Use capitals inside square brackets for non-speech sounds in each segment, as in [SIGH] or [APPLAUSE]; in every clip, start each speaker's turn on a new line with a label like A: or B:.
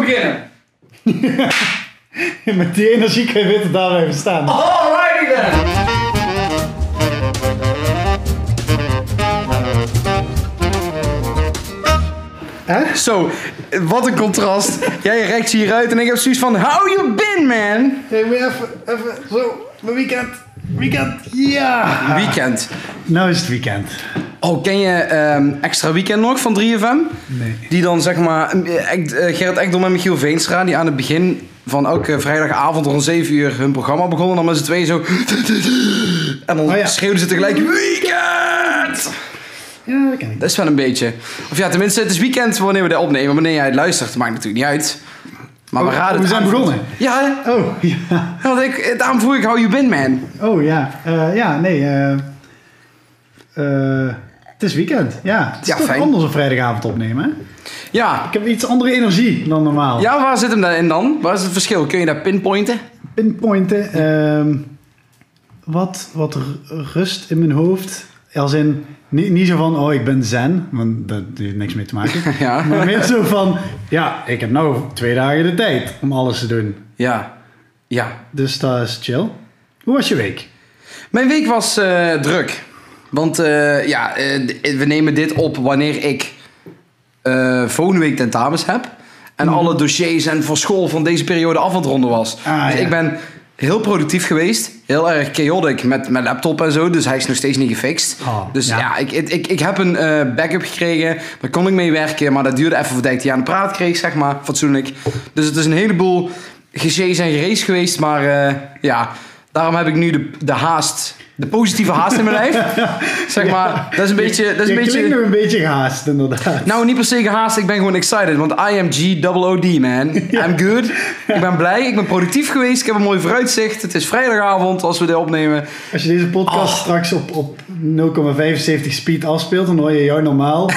A: beginnen.
B: Ehm. [LAUGHS] Met die energie kun je witte daar even staan.
A: Alrighty then. Zo, wat een contrast. Jij rekt ze hieruit en ik heb zoiets van, hou je bin man.
B: Nee, moet je even, even zo, mijn weekend. Weekend, ja!
A: Weekend.
B: Nou is het weekend.
A: Oh, ken je ehm, Extra Weekend nog van 3FM?
B: Nee.
A: Die dan zeg maar, eh, Ekt- eh, Gerrit Ekdom en Michiel Veenstra, die aan het begin van elke vrijdagavond rond 7 uur hun programma begonnen. En dan met z'n tweeën zo... [LAUGHS] En dan
B: Oh ja.
A: schreeuwden ze tegelijk, weekend!
B: Ja, dat ken ik.
A: Dat is wel een beetje. Of ja, tenminste, het is weekend wanneer we dit opnemen. Wanneer jij het luistert, maakt natuurlijk niet uit. Maar we
B: Oh,
A: raden
B: we
A: het
B: zijn
A: aan.
B: begonnen.
A: Ja, hè?
B: Oh, [LAUGHS] ja.
A: Want ik, daarom vroeg ik How You Been Man.
B: Oh, ja. Eh, ja, nee. eh, eh, het is weekend, ja. Het is
A: Ja,
B: toch
A: fijn.
B: anders een vrijdagavond opnemen, hè?
A: Ja.
B: Ik heb iets andere energie dan normaal.
A: Ja, waar zit hem dan in dan? Waar is het verschil? Kun je dat pinpointen?
B: pinpointen. ehm, wat, wat r- rust in mijn hoofd. Als in, niet, niet zo van, oh ik ben zen, want dat heeft niks mee te maken.
A: [LAUGHS] Ja.
B: Maar meer zo van, ja, ik heb nou twee dagen de tijd om alles te doen.
A: Ja. Ja.
B: Dus dat is chill. Hoe was je week?
A: Mijn week was eh, druk. Want eh, ja, eh, d- we nemen dit op wanneer ik eh, volgende week tentamens heb. En
B: Mhm.
A: alle dossiers en voor school van deze periode af aan het ronden was.
B: Ah,
A: dus
B: ja.
A: ik ben heel productief geweest. Heel erg chaotic met mijn laptop en zo. Dus hij is nog steeds niet gefixt.
B: Oh,
A: dus ja,
B: ja.
A: ik, ik, ik, ik heb een eh, backup gekregen. Daar kon ik mee werken. Maar dat duurde even voordat ik die aan de praat kreeg, zeg maar. Fatsoenlijk. Dus het is een heleboel gezees en gerees geweest. Maar eh, ja, daarom heb ik nu de, de haast. De positieve haast
B: [LAUGHS]
A: in mijn lijf. Zeg maar, dat is een beetje... Dat
B: je
A: is een beetje
B: klinkt nog een beetje gehaast, inderdaad.
A: nou, niet per se gehaast. Ik ben gewoon excited. Want I am G-O-O-D,
B: [LAUGHS]
A: man. I'm good. Ik ben blij. Ik ben productief geweest. Ik heb een mooi vooruitzicht. Het is vrijdagavond als we dit opnemen.
B: Als je deze podcast
A: Oh.
B: straks op, op 0,75 speed afspeelt, dan hoor je jou normaal.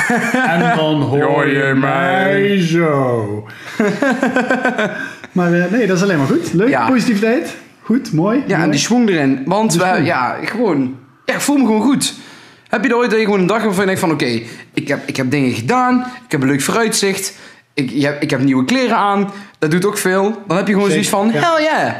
B: en dan hoor je mij
A: [LAUGHS]
B: zo. maar eh, nee, dat is alleen maar goed. Leuk,
A: Ja.
B: positiviteit. Goed, mooi.
A: Ja, en
B: mooi.
A: die schwung erin. Want
B: Die
A: we-
B: schwung.
A: ja, gewoon... Ja, ik voel me gewoon goed. Heb je er ooit dat je gewoon een dag waarvan je denkt van... Oké, ik, heb, ik heb dingen gedaan. Ik heb een leuk vooruitzicht. Ik, je hebt- ik heb nieuwe kleren aan. Dat doet ook veel. Dan heb je gewoon
B: Zeker,
A: zoiets van...
B: ja.
A: Hell yeah.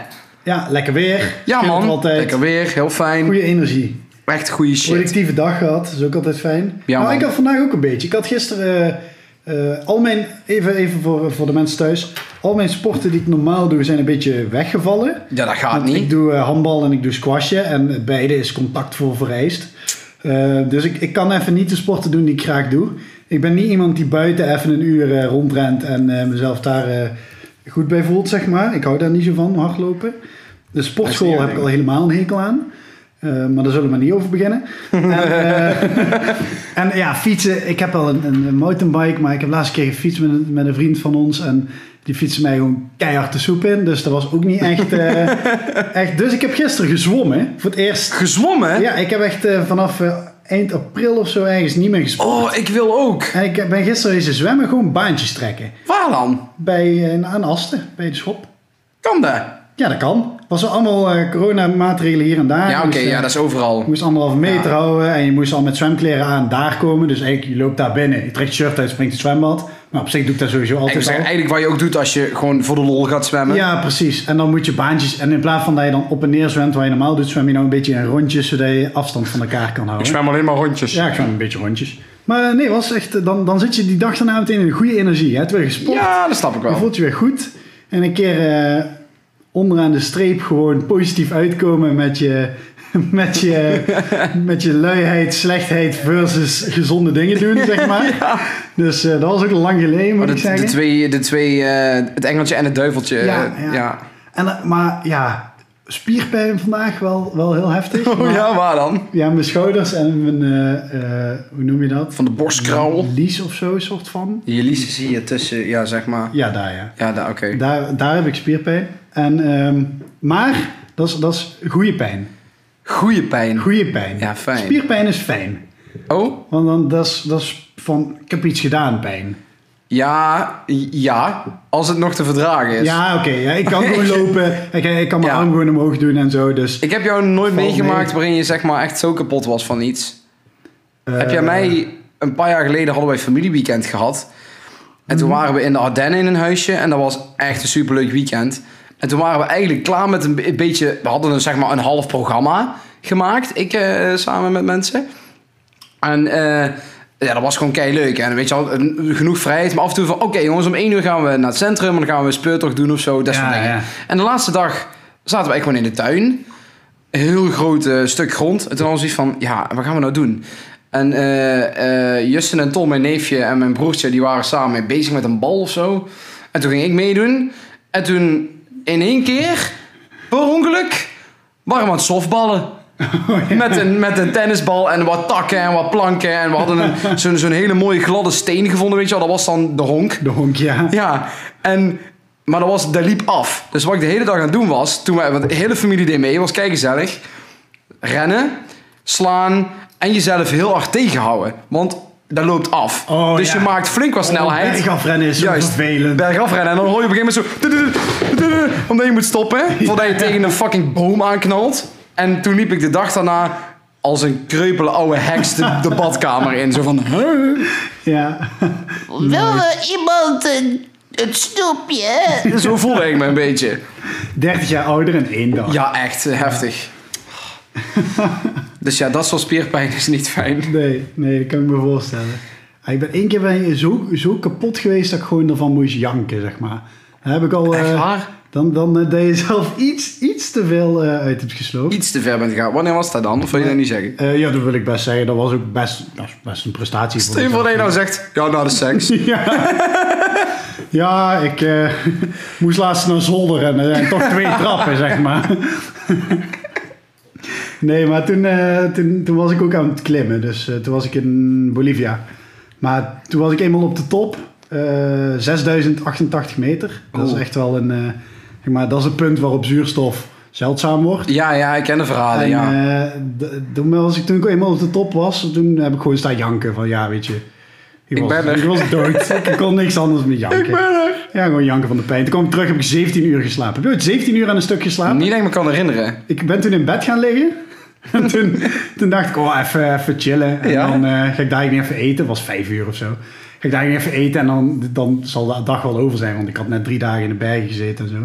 B: ja, lekker weer.
A: Ja,
B: Scheelt
A: man.
B: Altijd.
A: Lekker weer. Heel fijn.
B: Goede energie.
A: Echt goede shit.
B: Productieve dag gehad, is ook altijd fijn.
A: Ja,
B: nou,
A: man.
B: ik had vandaag ook een beetje. Ik had gisteren eh, eh, al mijn, even, even voor, voor de mensen thuis, al mijn sporten die ik normaal doe zijn een beetje weggevallen.
A: Ja, dat gaat
B: Want Ik
A: niet.
B: doe eh, handbal en ik doe squashen. En beide is contact voor vereist. Eh, dus ik, ik kan even niet de sporten doen die ik graag doe. Ik ben niet iemand die buiten even een uur eh, rondrent en eh, mezelf daar eh, goed bij voelt, zeg maar. Ik hou daar niet zo van, hardlopen. De
A: Dat
B: sportschool
A: is niet
B: heb ik al helemaal een hekel aan. Eh, maar daar zullen we niet over beginnen. en, eh, en ja, fietsen. Ik heb wel een, een mountainbike, maar ik heb laatst een keer gefietst met, een- met een vriend van ons. En die fietste mij gewoon keihard de soep in. Dus dat was ook niet echt...
A: [LAUGHS]
B: eh, echt. Dus ik heb gisteren gezwommen. Voor het eerst.
A: Gezwommen?
B: Ja, ik heb echt eh, vanaf eh, eind april of zo ergens niet meer gesport.
A: Oh, ik wil ook.
B: En ik ben gisteren eens zwemmen, gewoon baantjes trekken.
A: Waar dan?
B: Bij, een aan Asten, bij de schop.
A: Kan dat?
B: Ja, dat kan. Was er allemaal eh, coronamaatregelen hier en daar.
A: ja, oké,
B: Dus, eh,
A: ja, dat is overal.
B: Je moest anderhalve meter
A: Ja.
B: houden en je moest al met zwemkleren aan daar komen. Dus eigenlijk, je loopt daar binnen, je trekt je shirt uit, springt het zwembad. Maar op zich doe ik dat sowieso
A: Ik wil
B: altijd
A: zeggen,
B: al.
A: eigenlijk wat je ook doet als je gewoon voor de lol gaat zwemmen.
B: Ja, precies. En dan moet je baantjes... En in plaats van dat je dan op en neer zwemt, waar je normaal doet, zwem je nou een beetje in rondjes, zodat je afstand van elkaar kan houden.
A: alleen maar rondjes.
B: Ja, ik zwem een beetje rondjes. Maar eh, nee, was echt, eh, dan, dan zit je die dag daarna meteen in een goede energie. Je hebt weer gesport,
A: Ja, dat snap ik
B: je
A: wel.
B: voelt je weer goed. En een keer eh, onderaan de streep gewoon positief uitkomen met je, [LAUGHS] met
A: [LAUGHS]
B: je, met je luiheid, slechtheid versus gezonde dingen doen,
A: [LAUGHS]
B: zeg maar. Dus eh, dat was ook lang geleden, moet
A: Maar de,
B: ik
A: Oh, de
B: zeggen.
A: twee, de twee eh, het engeltje en het duiveltje.
B: Ja,
A: eh,
B: ja. en, eh, maar ja, spierpijn vandaag wel, wel heel heftig.
A: Oh
B: maar-
A: ja, waar dan?
B: Ja, mijn schouders en mijn, eh, eh, hoe noem je dat?
A: Van de borstkraal.
B: Lies of zo, soort van.
A: Je lies zie je tussen, ja, zeg maar.
B: Ja, daar ja.
A: Ja, daar, oké.
B: Daar, daar heb ik spierpijn. En, ehm, maar dat is, dat is goede pijn.
A: Goeie pijn.
B: Goede pijn.
A: Ja, fijn.
B: Spierpijn is fijn.
A: Oh,
B: Want dan, dat, is, dat is van, ik heb iets gedaan pijn.
A: ja, ja. Als het nog te verdragen is.
B: Ja, oké. ja, ik kan
A: [LAUGHS]
B: gewoon lopen. Ik, ik kan mijn
A: Ja.
B: arm gewoon omhoog doen en zo. Dus,
A: Ik heb jou nooit
B: Valt
A: meegemaakt
B: mee.
A: waarin je zeg maar echt zo kapot was van iets.
B: eh,
A: Heb jij mij een paar jaar geleden hadden wij familieweekend gehad. En toen
B: Mhm.
A: waren we in de Ardennen in een huisje. En dat was echt een superleuk weekend. En toen waren we eigenlijk klaar met een be- een beetje... We hadden een, zeg maar een half programma gemaakt. Ik eh, samen met mensen. En eh, ja, dat was gewoon kei leuk. En weet je wel, een- genoeg vrijheid. Maar af en toe van, oké jongens, om één uur gaan we naar het centrum. En dan gaan we een speurtocht doen of zo. Dat soort
B: Ja,
A: dingen.
B: ja.
A: En de laatste dag zaten we eigenlijk gewoon in de tuin. Een heel groot eh, stuk grond. En toen was iets van, ja, wat gaan we nou doen? En eh, eh, Justin en Tom, mijn neefje en mijn broertje, die waren samen mee bezig met een bal of zo. En toen ging ik meedoen. En toen in één keer, per ongeluk, waren we aan het softballen. Met een, met een tennisbal en wat takken en wat planken. En we hadden een- zo'n zo'n hele mooie gladde steen gevonden, weet je wel. Dat was dan de honk.
B: De honk, ja.
A: Ja, en, maar dat, was, dat liep af. Dus wat ik de hele dag aan het doen was, toen wij, want de hele familie deed mee, was kijk gezellig. Rennen, slaan en jezelf heel hard tegenhouden. Want dat loopt af.
B: Oh,
A: dus
B: ja.
A: je maakt flink wat snelheid.
B: Ik afrennen is zo vervelend.
A: Bergafrennen. En dan hoor je op een gegeven moment zo... Omdat je moet
B: [LAUGHS]
A: stoppen. Voordat je tegen een fucking boom aanknalt. En toen liep ik de dag daarna als een kreupele oude heks de, de badkamer in. Zo van...
B: [LAUGHS]
A: "Huh?"
B: Ja. [LAUGHS]
C: Wil er iemand een, een snoepje?
A: Zo voelde ik me een beetje.
B: 30 jaar ouder in één dag.
A: Ja, echt. eh, [LAUGHS] Heftig. Dus ja, dat soort spierpijn is niet fijn.
B: Nee, nee, dat kan ik me voorstellen. Ah, Ik ben één keer ben je zo, zo kapot geweest dat ik gewoon ervan moest janken, zeg maar. Dan heb ik al... eh,
A: Echt waar?
B: dan, dan eh, dat je zelf iets, iets te veel eh, uit hebt gesloopt.
A: Iets te ver bent gegaan. Wanneer was dat dan? Of wil je dat niet zeggen?
B: Eh, ja, dat wil ik best zeggen. Dat was ook best, dat is best een prestatie. voor
A: Stel je voor
B: mezelf.
A: dat je nou zegt... Ja, nou de seks.
B: Ja, ja ik eh, [LAUGHS] moest laatst naar zolder en er zijn toch twee trappen, zeg maar. nee, maar toen, eh, toen, toen was ik ook aan het klimmen. Dus eh, toen was ik in Bolivia. Maar toen was ik eenmaal op de top. eh, 6088 meter. Dat is
A: Oh.
B: echt wel een... eh, zeg maar, dat is het punt waarop zuurstof zeldzaam wordt.
A: [LAUGHS] Ja, ja, ik ken de verhalen,
B: En
A: Ah, ja.
B: eh, d- toen, was ik, toen ik eenmaal op de top was, toen heb ik gewoon staan janken van ja, weet je. Ik, was,
A: ben er.
B: Ik was
A: [LAUGHS]
B: dood. ik kon niks anders meer janken. Ja, gewoon janken van de pijn. Toen kwam ik terug, heb ik 17 uur geslapen. Heb je ooit 17 uur aan een stuk geslapen?
A: Niet dat ik me kan herinneren.
B: Ik ben toen in bed gaan liggen. [LAUGHS] En toen, toen dacht ik, oh, even, even chillen. En
A: Ja.
B: dan eh, ga ik daar niet even eten. Het was vijf uur of zo. Ga ik daar niet even eten en dan, dan zal de dag wel over zijn. Want ik had net drie dagen in de bergen gezeten en zo.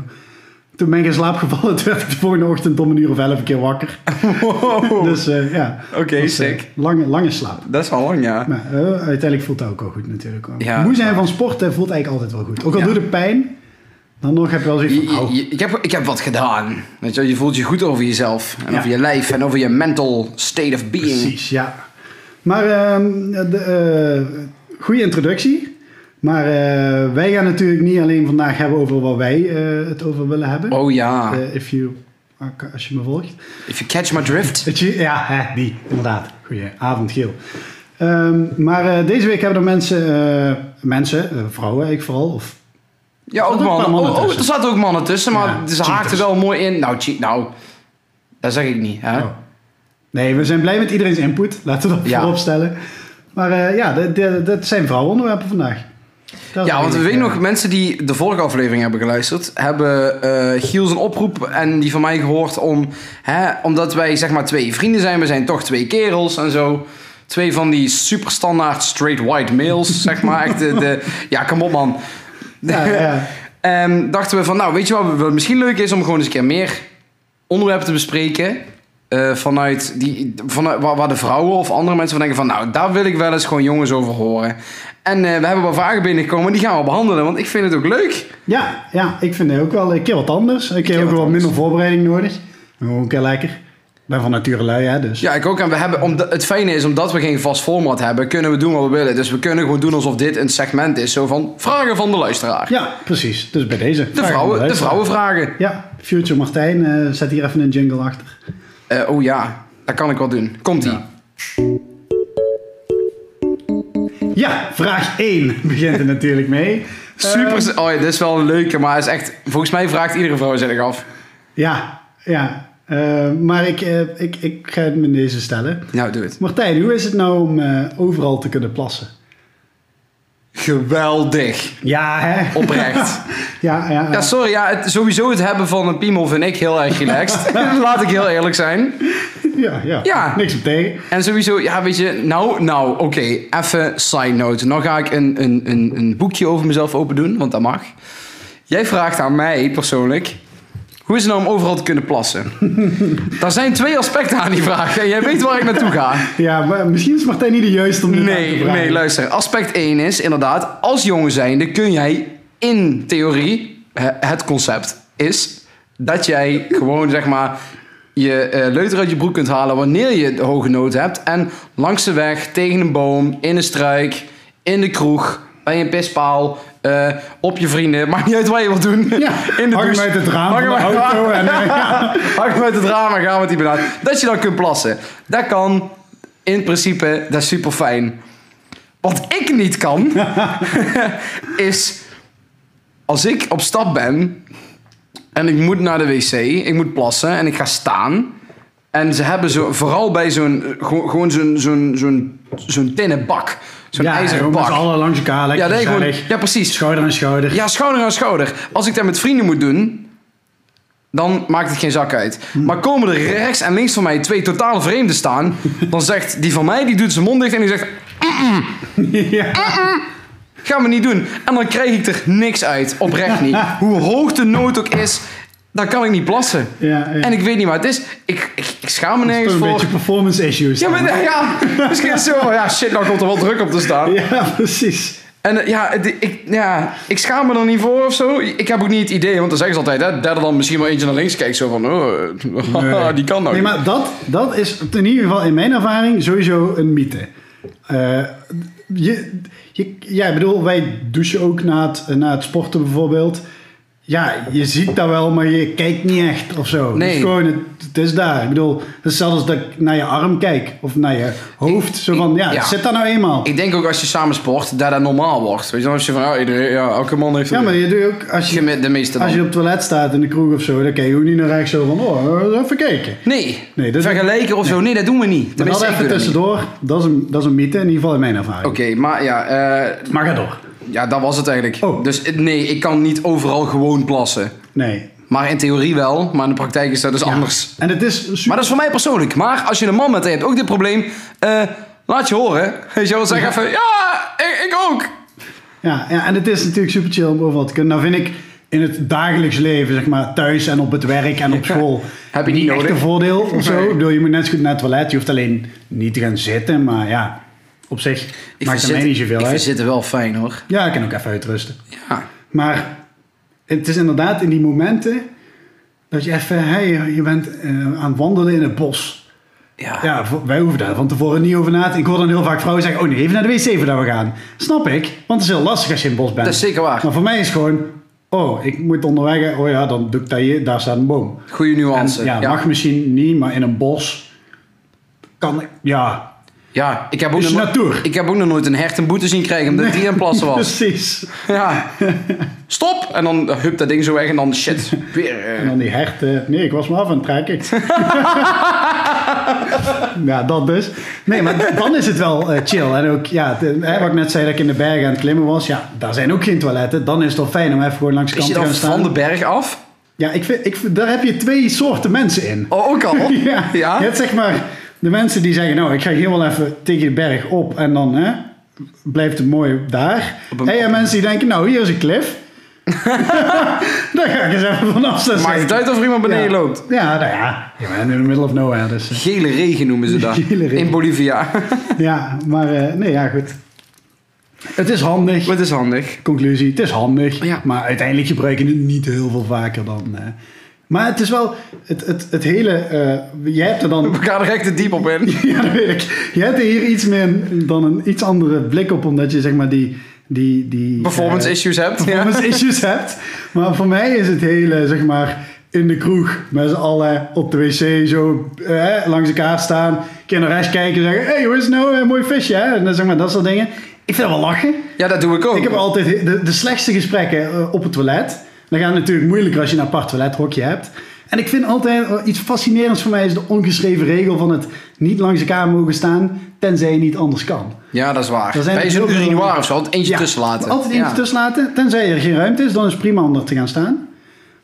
B: Toen ben ik in slaap gevallen. [LAUGHS] Toen werd ik de volgende ochtend om een uur of elf een keer wakker.
A: Oh.
B: Dus eh, ja.
A: Oké,
B: was, eh,
A: sick.
B: lange, lange slaap.
A: Dat is al lang, ja.
B: Maar eh, uiteindelijk voelt dat ook wel goed natuurlijk.
A: Ja.
B: Moe zijn van sporten voelt eigenlijk altijd wel goed. Ook al
A: Ja.
B: doet het pijn. Dan nog heb je wel zoiets van, oh,
A: Je-
B: au.
A: je- ik, heb, ik heb wat gedaan. Weet je, wel, je voelt je goed over jezelf. En
B: Ja.
A: over je lijf en over je mental state of being.
B: Precies, ja. Maar ehm, de, eh, goede introductie. Maar eh, wij gaan natuurlijk niet alleen vandaag hebben over waar wij eh, het over willen hebben.
A: Oh ja.
B: Eh, if you, als je me volgt.
A: If you catch my drift.
B: Dat je, ja, hè, die, inderdaad. Goedenavond, Giel. Ehm, maar eh, deze week hebben er mensen, eh, mensen eh, vrouwen ik vooral, of
A: Ja,
B: zaten ook een
A: ook mannen.
B: paar mannen
A: Oh, oh, er
B: tussen.
A: zaten ook mannen tussen, maar
B: Ja,
A: ze haakten
B: cheaters.
A: wel mooi in. Nou, cheat, nou. Dat zeg ik niet, hè?
B: Oh. Nee, we zijn blij met iedereen's input. Laten we dat
A: Ja.
B: voorop stellen. Maar eh, ja, dat- dat dat zijn vrouwenonderwerpen vandaag. Dat is
A: Ja, want we
B: eigenlijk,
A: weten
B: eh,
A: nog, mensen die de vorige aflevering hebben geluisterd, hebben eh Giel zijn oproep en die van mij gehoord om, hè, omdat wij zeg maar twee vrienden zijn, we zijn toch twee kerels en zo. Twee van die superstandaard straight white males, zeg maar. Echt de, de- ja, kom op man.
B: [LAUGHS] Ja, ja.
A: Ehm, dachten we van, nou weet je wat, wat misschien leuk is om gewoon eens een keer meer onderwerpen te bespreken. eh, vanuit die, vanuit, waar, waar de vrouwen of andere mensen van denken van, nou daar wil ik wel eens gewoon jongens over horen. En eh, we hebben wat vragen binnengekomen, die gaan we behandelen, want ik vind het ook leuk.
B: Ja, ja, ik vind het ook wel een keer wat anders. Een keer
A: keer
B: ook
A: wat
B: wel
A: anders.
B: minder voorbereiding nodig. Maar Gewoon een keer lekker. Ik ben van nature lui, hè, dus.
A: Ja, ik ook. En we hebben, omdat- het fijne is, omdat we geen vast format hebben, kunnen we doen wat we willen. Dus we kunnen gewoon doen alsof dit een segment is, zo van vragen van de luisteraar.
B: Ja, precies. Dus bij deze.
A: De, vrouwen, de vrouwenvragen.
B: Ja, Future Martijn, eh, zet hier even een jingle achter.
A: Eh, oh ja, dat kan ik wel doen. Komt-ie.
B: Ja. Ja, vraag 1 [LAUGHS] begint er natuurlijk mee. Ehm,
A: Super. oh ja, dit is wel een leuke, maar is echt. Volgens mij vraagt iedere vrouw zich af.
B: Ja, ja. Eh, maar ik, eh, ik, ik ga hem in deze stellen.
A: Nou, doe het.
B: Martijn, hoe is het nou om eh, overal te kunnen plassen?
A: Geweldig.
B: Ja, hè?
A: Oprecht.
B: Ja, ja,
A: Ja, sorry. Ja, het, sowieso het hebben van een piemel vind ik heel erg relaxed. Laat ik heel eerlijk zijn.
B: Ja, ja.
A: Ja.
B: Niks op tegen.
A: En sowieso, ja, weet je, nou, nou, oké, even side note. Nou ga ik een, een, een, een boekje over mezelf open doen, want dat mag. Jij vraagt aan mij persoonlijk, hoe is het nou om overal te kunnen plassen? Daar zijn twee aspecten aan die vraag en jij weet waar ik naartoe ga.
B: Ja, maar misschien is Martijn niet de juiste om dit aan te
A: Nee,
B: vragen.
A: nee, luister. Aspect 1 is inderdaad, als jongen zijnde kun jij in theorie, hè, het concept is dat jij gewoon zeg maar je eh, leuter uit je broek kunt halen wanneer je de hoge nood hebt. En langs de weg, tegen een boom, in een struik, in de kroeg, bij een pispaal, eh, op je vrienden. [LAUGHS] Maakt niet uit wat je wilt doen.
B: Ja, hang hem
A: in de douche.
B: uit het raam
A: Dus Hang
B: van
A: hem
B: de
A: uit-
B: auto. En, eh,
A: [LAUGHS]
B: ja.
A: Hang met het raam en gaan met die banaan. Dat je dan kunt plassen. Dat kan. In principe, dat is super fijn. Wat ik niet
B: [LAUGHS]
A: kan, is als ik op stap ben en ik moet naar de wc, ik moet plassen en ik ga staan. En ze hebben zo, vooral bij zo'n, eh, gewoon gewoon zo'n, zo'n, zo'n, zo'n tinnen bak. Zo'n
B: ja,
A: ijzeren
B: gewoon met
A: bak.
B: z'n allen langs elkaar. Lekker
A: ja, dat je gewoon,
B: gezellig.
A: ja, precies.
B: Schouder aan schouder.
A: Ja, schouder aan schouder. Als ik dat met vrienden moet doen, dan maakt het geen zak uit.
B: Hm.
A: Maar komen er rechts en links van mij twee totale vreemden staan, dan zegt die van mij, die doet zijn mond dicht en die zegt,
B: [LAUGHS] Ja.
A: ga me niet doen. En dan krijg ik er niks uit,
B: [LAUGHS]
A: oprecht niet. Hoe hoog de nood ook is, dan kan ik niet plassen.
B: Ja, ja.
A: En ik weet niet waar het is. Ik, ik, ik schaam me
B: Toch
A: nergens
B: een
A: voor.
B: beetje performance issues.
A: Ja,
B: dan. [LAUGHS]
A: maar, ja, misschien is het zo. Ja, shit, nou komt er wel druk op te staan.
B: ja, precies.
A: En eh, ja, het- ik, ja, ik schaam me er niet voor of zo. Ik heb ook niet het idee, want dan zeggen ze altijd, hè, dat er dan misschien wel eentje naar links kijkt. Zo van, oh, [LAUGHS] eh, die kan
B: Nee,
A: nou niet.
B: maar dat, dat is in ieder geval in mijn ervaring sowieso een mythe. Eh, je, je, ja, ik bedoel, wij douchen ook na het, na het sporten bijvoorbeeld. Ja, je ziet dat wel, maar je kijkt niet echt of zo.
A: Nee.
B: Het is gewoon, het, het is daar. Ik bedoel, het is zelfs dat ik naar je arm kijk of naar je hoofd. zo van, ja,
A: ja.
B: het zit daar nou eenmaal.
A: Ik denk ook als je samen sport, dat dat normaal wordt. Weet je, dan is je van, oh, iedereen, ja, elke man heeft
B: ja,
A: een-
B: maar je doet ook, als
A: Je
B: je,
A: met de meeste dan.
B: als je op het toilet staat in de kroeg of zo, dan kijk je ook niet naar rechts zo van, oh, even kijken.
A: Nee,
B: Nee, dat-
A: vergelijken of zo, nee, dat doen we niet.
B: Maar dat
A: Tenminste, ik
B: even
A: doe dat niet.
B: tussendoor, dat is, een, dat is een mythe, in ieder geval in mijn ervaring.
A: Oké, maar ja, eh,
B: Maar ga door.
A: ja, dat was het eigenlijk.
B: Oh.
A: Dus eh, nee, ik kan niet overal gewoon plassen.
B: Nee.
A: Maar in theorie wel, maar in de praktijk is dat dus anders.
B: En het is super...
A: Maar dat is voor mij persoonlijk. Maar als je een man bent en je hebt ook dit probleem, eh, laat je horen. Weet je wel, zeg even, ja, ik, ik ook.
B: ja, ja, en het is natuurlijk super chill om overal te kunnen. Nou vind ik in het dagelijks leven, zeg maar, thuis en op het werk en op school...
A: [LAUGHS] Heb je niet
B: echt
A: nodig.
B: een voordeel of zo.
A: [LAUGHS] Nee.
B: Ik bedoel, je moet net zo goed naar het toilet. Je hoeft alleen niet te gaan zitten, maar ja, op zich maakt het mij niet zoveel uit.
A: zitten wel fijn hoor.
B: Ja, ik kan ook even uitrusten.
A: Ja.
B: Maar het is inderdaad in die momenten dat je even... Hey, je bent eh, aan het wandelen in het bos...
A: Ja.
B: Ja, vo- wij hoeven daar van tevoren niet over na te Ik hoor dan heel vaak vrouwen zeggen, oh nee, even naar de wc voordat we gaan. Snap ik, want het is heel lastig als je in het bos bent.
A: Dat is zeker waar.
B: Maar voor mij is het gewoon, oh, ik moet onderweg, oh ja, dan doe ik dat hier, daar staat een boom.
A: Goede
B: En,
A: nuance.
B: ja,
A: ja.
B: mag misschien niet, maar in een bos kan ik, ja.
A: Ja, ik heb ook
B: Is
A: nog,
B: natuur.
A: Ik heb ook nog nooit een hecht een boete zien krijgen omdat die aan het
B: [LAUGHS]
A: plassen was.
B: Precies.
A: Ja. Stop! En dan hup dat ding zo weg en dan shit. Weer.
B: En
A: eh.
B: dan die herten, nee, ik was me af en trek ik.
A: [LAUGHS]
B: [LAUGHS] ja, dat dus. Nee, maar dan is het wel eh, chill. En ook, ja, de- hè, wat ik net zei dat ik in de bergen aan het klimmen was. Ja, daar zijn ook geen toiletten. Dan is het wel fijn om even gewoon langs de
A: Is
B: kant
A: je
B: te
A: dan
B: gaan
A: van
B: staan.
A: de berg af?
B: Ja, ik vind, ik, vind- daar heb je twee soorten mensen in. [LAUGHS]
A: Oh, ook al?
B: Ja,
A: ja?
B: Je hebt zeg maar de mensen die zeggen, nou, ik ga hier wel even tegen de berg op en dan hè, blijft het mooi daar.
A: Op een-
B: en je hebt mensen die denken, nou, hier is een
A: [LAUGHS]
B: klif. [LAUGHS] daar ga ik eens even vanaf staan.
A: Maakt het uit of er iemand beneden
B: ja.
A: loopt?
B: Ja, nou ja. Je bent in the middle of nowhere, dus... eh,
A: Gele regen noemen ze dat.
B: Gele regen.
A: In
B: [LAUGHS]
A: Bolivia.
B: ja, maar eh, nee, ja, goed. Het is handig.
A: Wat is handig.
B: Conclusie, het is handig.
A: Ja.
B: Maar uiteindelijk gebruik je het niet heel veel vaker dan... eh. maar het is wel het, het, het hele... eh, jij hebt er dan... [LAUGHS]
A: We gaan er echt te diep op in.
B: Ja, dat weet ik. Je hebt er hier iets meer dan een iets andere blik op, omdat je zeg maar die... die, die
A: Performance
B: eh,
A: issues hebt. Ja.
B: performance issues hebt. Maar voor mij is het hele, zeg maar, in de kroeg met z'n allen op de wc zo eh, langs elkaar staan. keer naar rechts kijken en zeggen, hey, hoe is het nou? Een mooi visje, hè? En dan zeg maar dat soort dingen. Ik vind dat wel lachen.
A: ja, dat doe ik ook.
B: Ik heb altijd de, de slechtste gesprekken eh, op het toilet. Dan gaat het natuurlijk moeilijker als je een apart toilethokje hebt. En ik vind altijd eh, iets fascinerends voor mij is de ongeschreven regel van het niet langs elkaar mogen staan, tenzij je niet anders kan.
A: Ja, dat is waar.
B: Er zijn
A: Bij
B: heel
A: zo'n
B: veel-
A: urinoir of zo, altijd eentje
B: Ja,
A: tussen laten.
B: Altijd eentje
A: Ja.
B: tussen laten, tenzij er geen ruimte is, dan is het prima om er te gaan staan.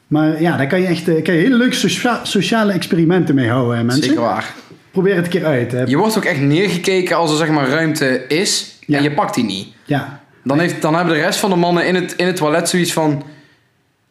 B: Maar ja, daar kan je echt eh, kan je hele leuke socia- sociale experimenten mee houden, hè, mensen.
A: Zeker waar.
B: Probeer het een keer uit. Hè.
A: Je wordt ook echt neergekeken als er zeg maar ruimte is
B: Ja.
A: en je pakt die niet.
B: Ja.
A: Dan, heeft, dan hebben de rest van de mannen in het, in het toilet zoiets van...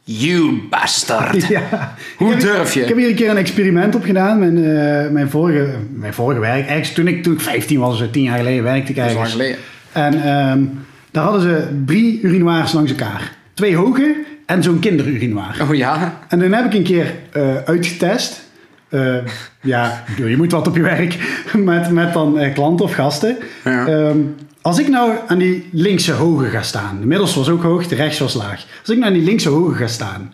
A: You bastard.
B: ja. [LAUGHS]
A: Hoe
B: Ik heb-
A: durf je?
B: Ik heb hier een keer een experiment op gedaan. Mijn, eh, mijn, vorige, mijn vorige werk, ergens toen ik, toen ik 15 was, eh, 10 jaar geleden werkte ik
A: Dat is lang
B: ergens.
A: geleden.
B: En ehm, daar hadden ze drie urinoirs langs elkaar. Twee hoge en zo'n kinderurinoir.
A: Oh ja?
B: En dan heb ik een keer eh, uitgetest. Eh, ja, [LAUGHS] ik bedoel, je moet wat op je werk [LAUGHS] met, met dan eh, klanten of gasten.
A: Ja.
B: Ehm, als ik nou aan die linkse hoge ga staan, de middelste was ook hoog, de rechts was laag. Als ik nou aan die linkse hoge ga staan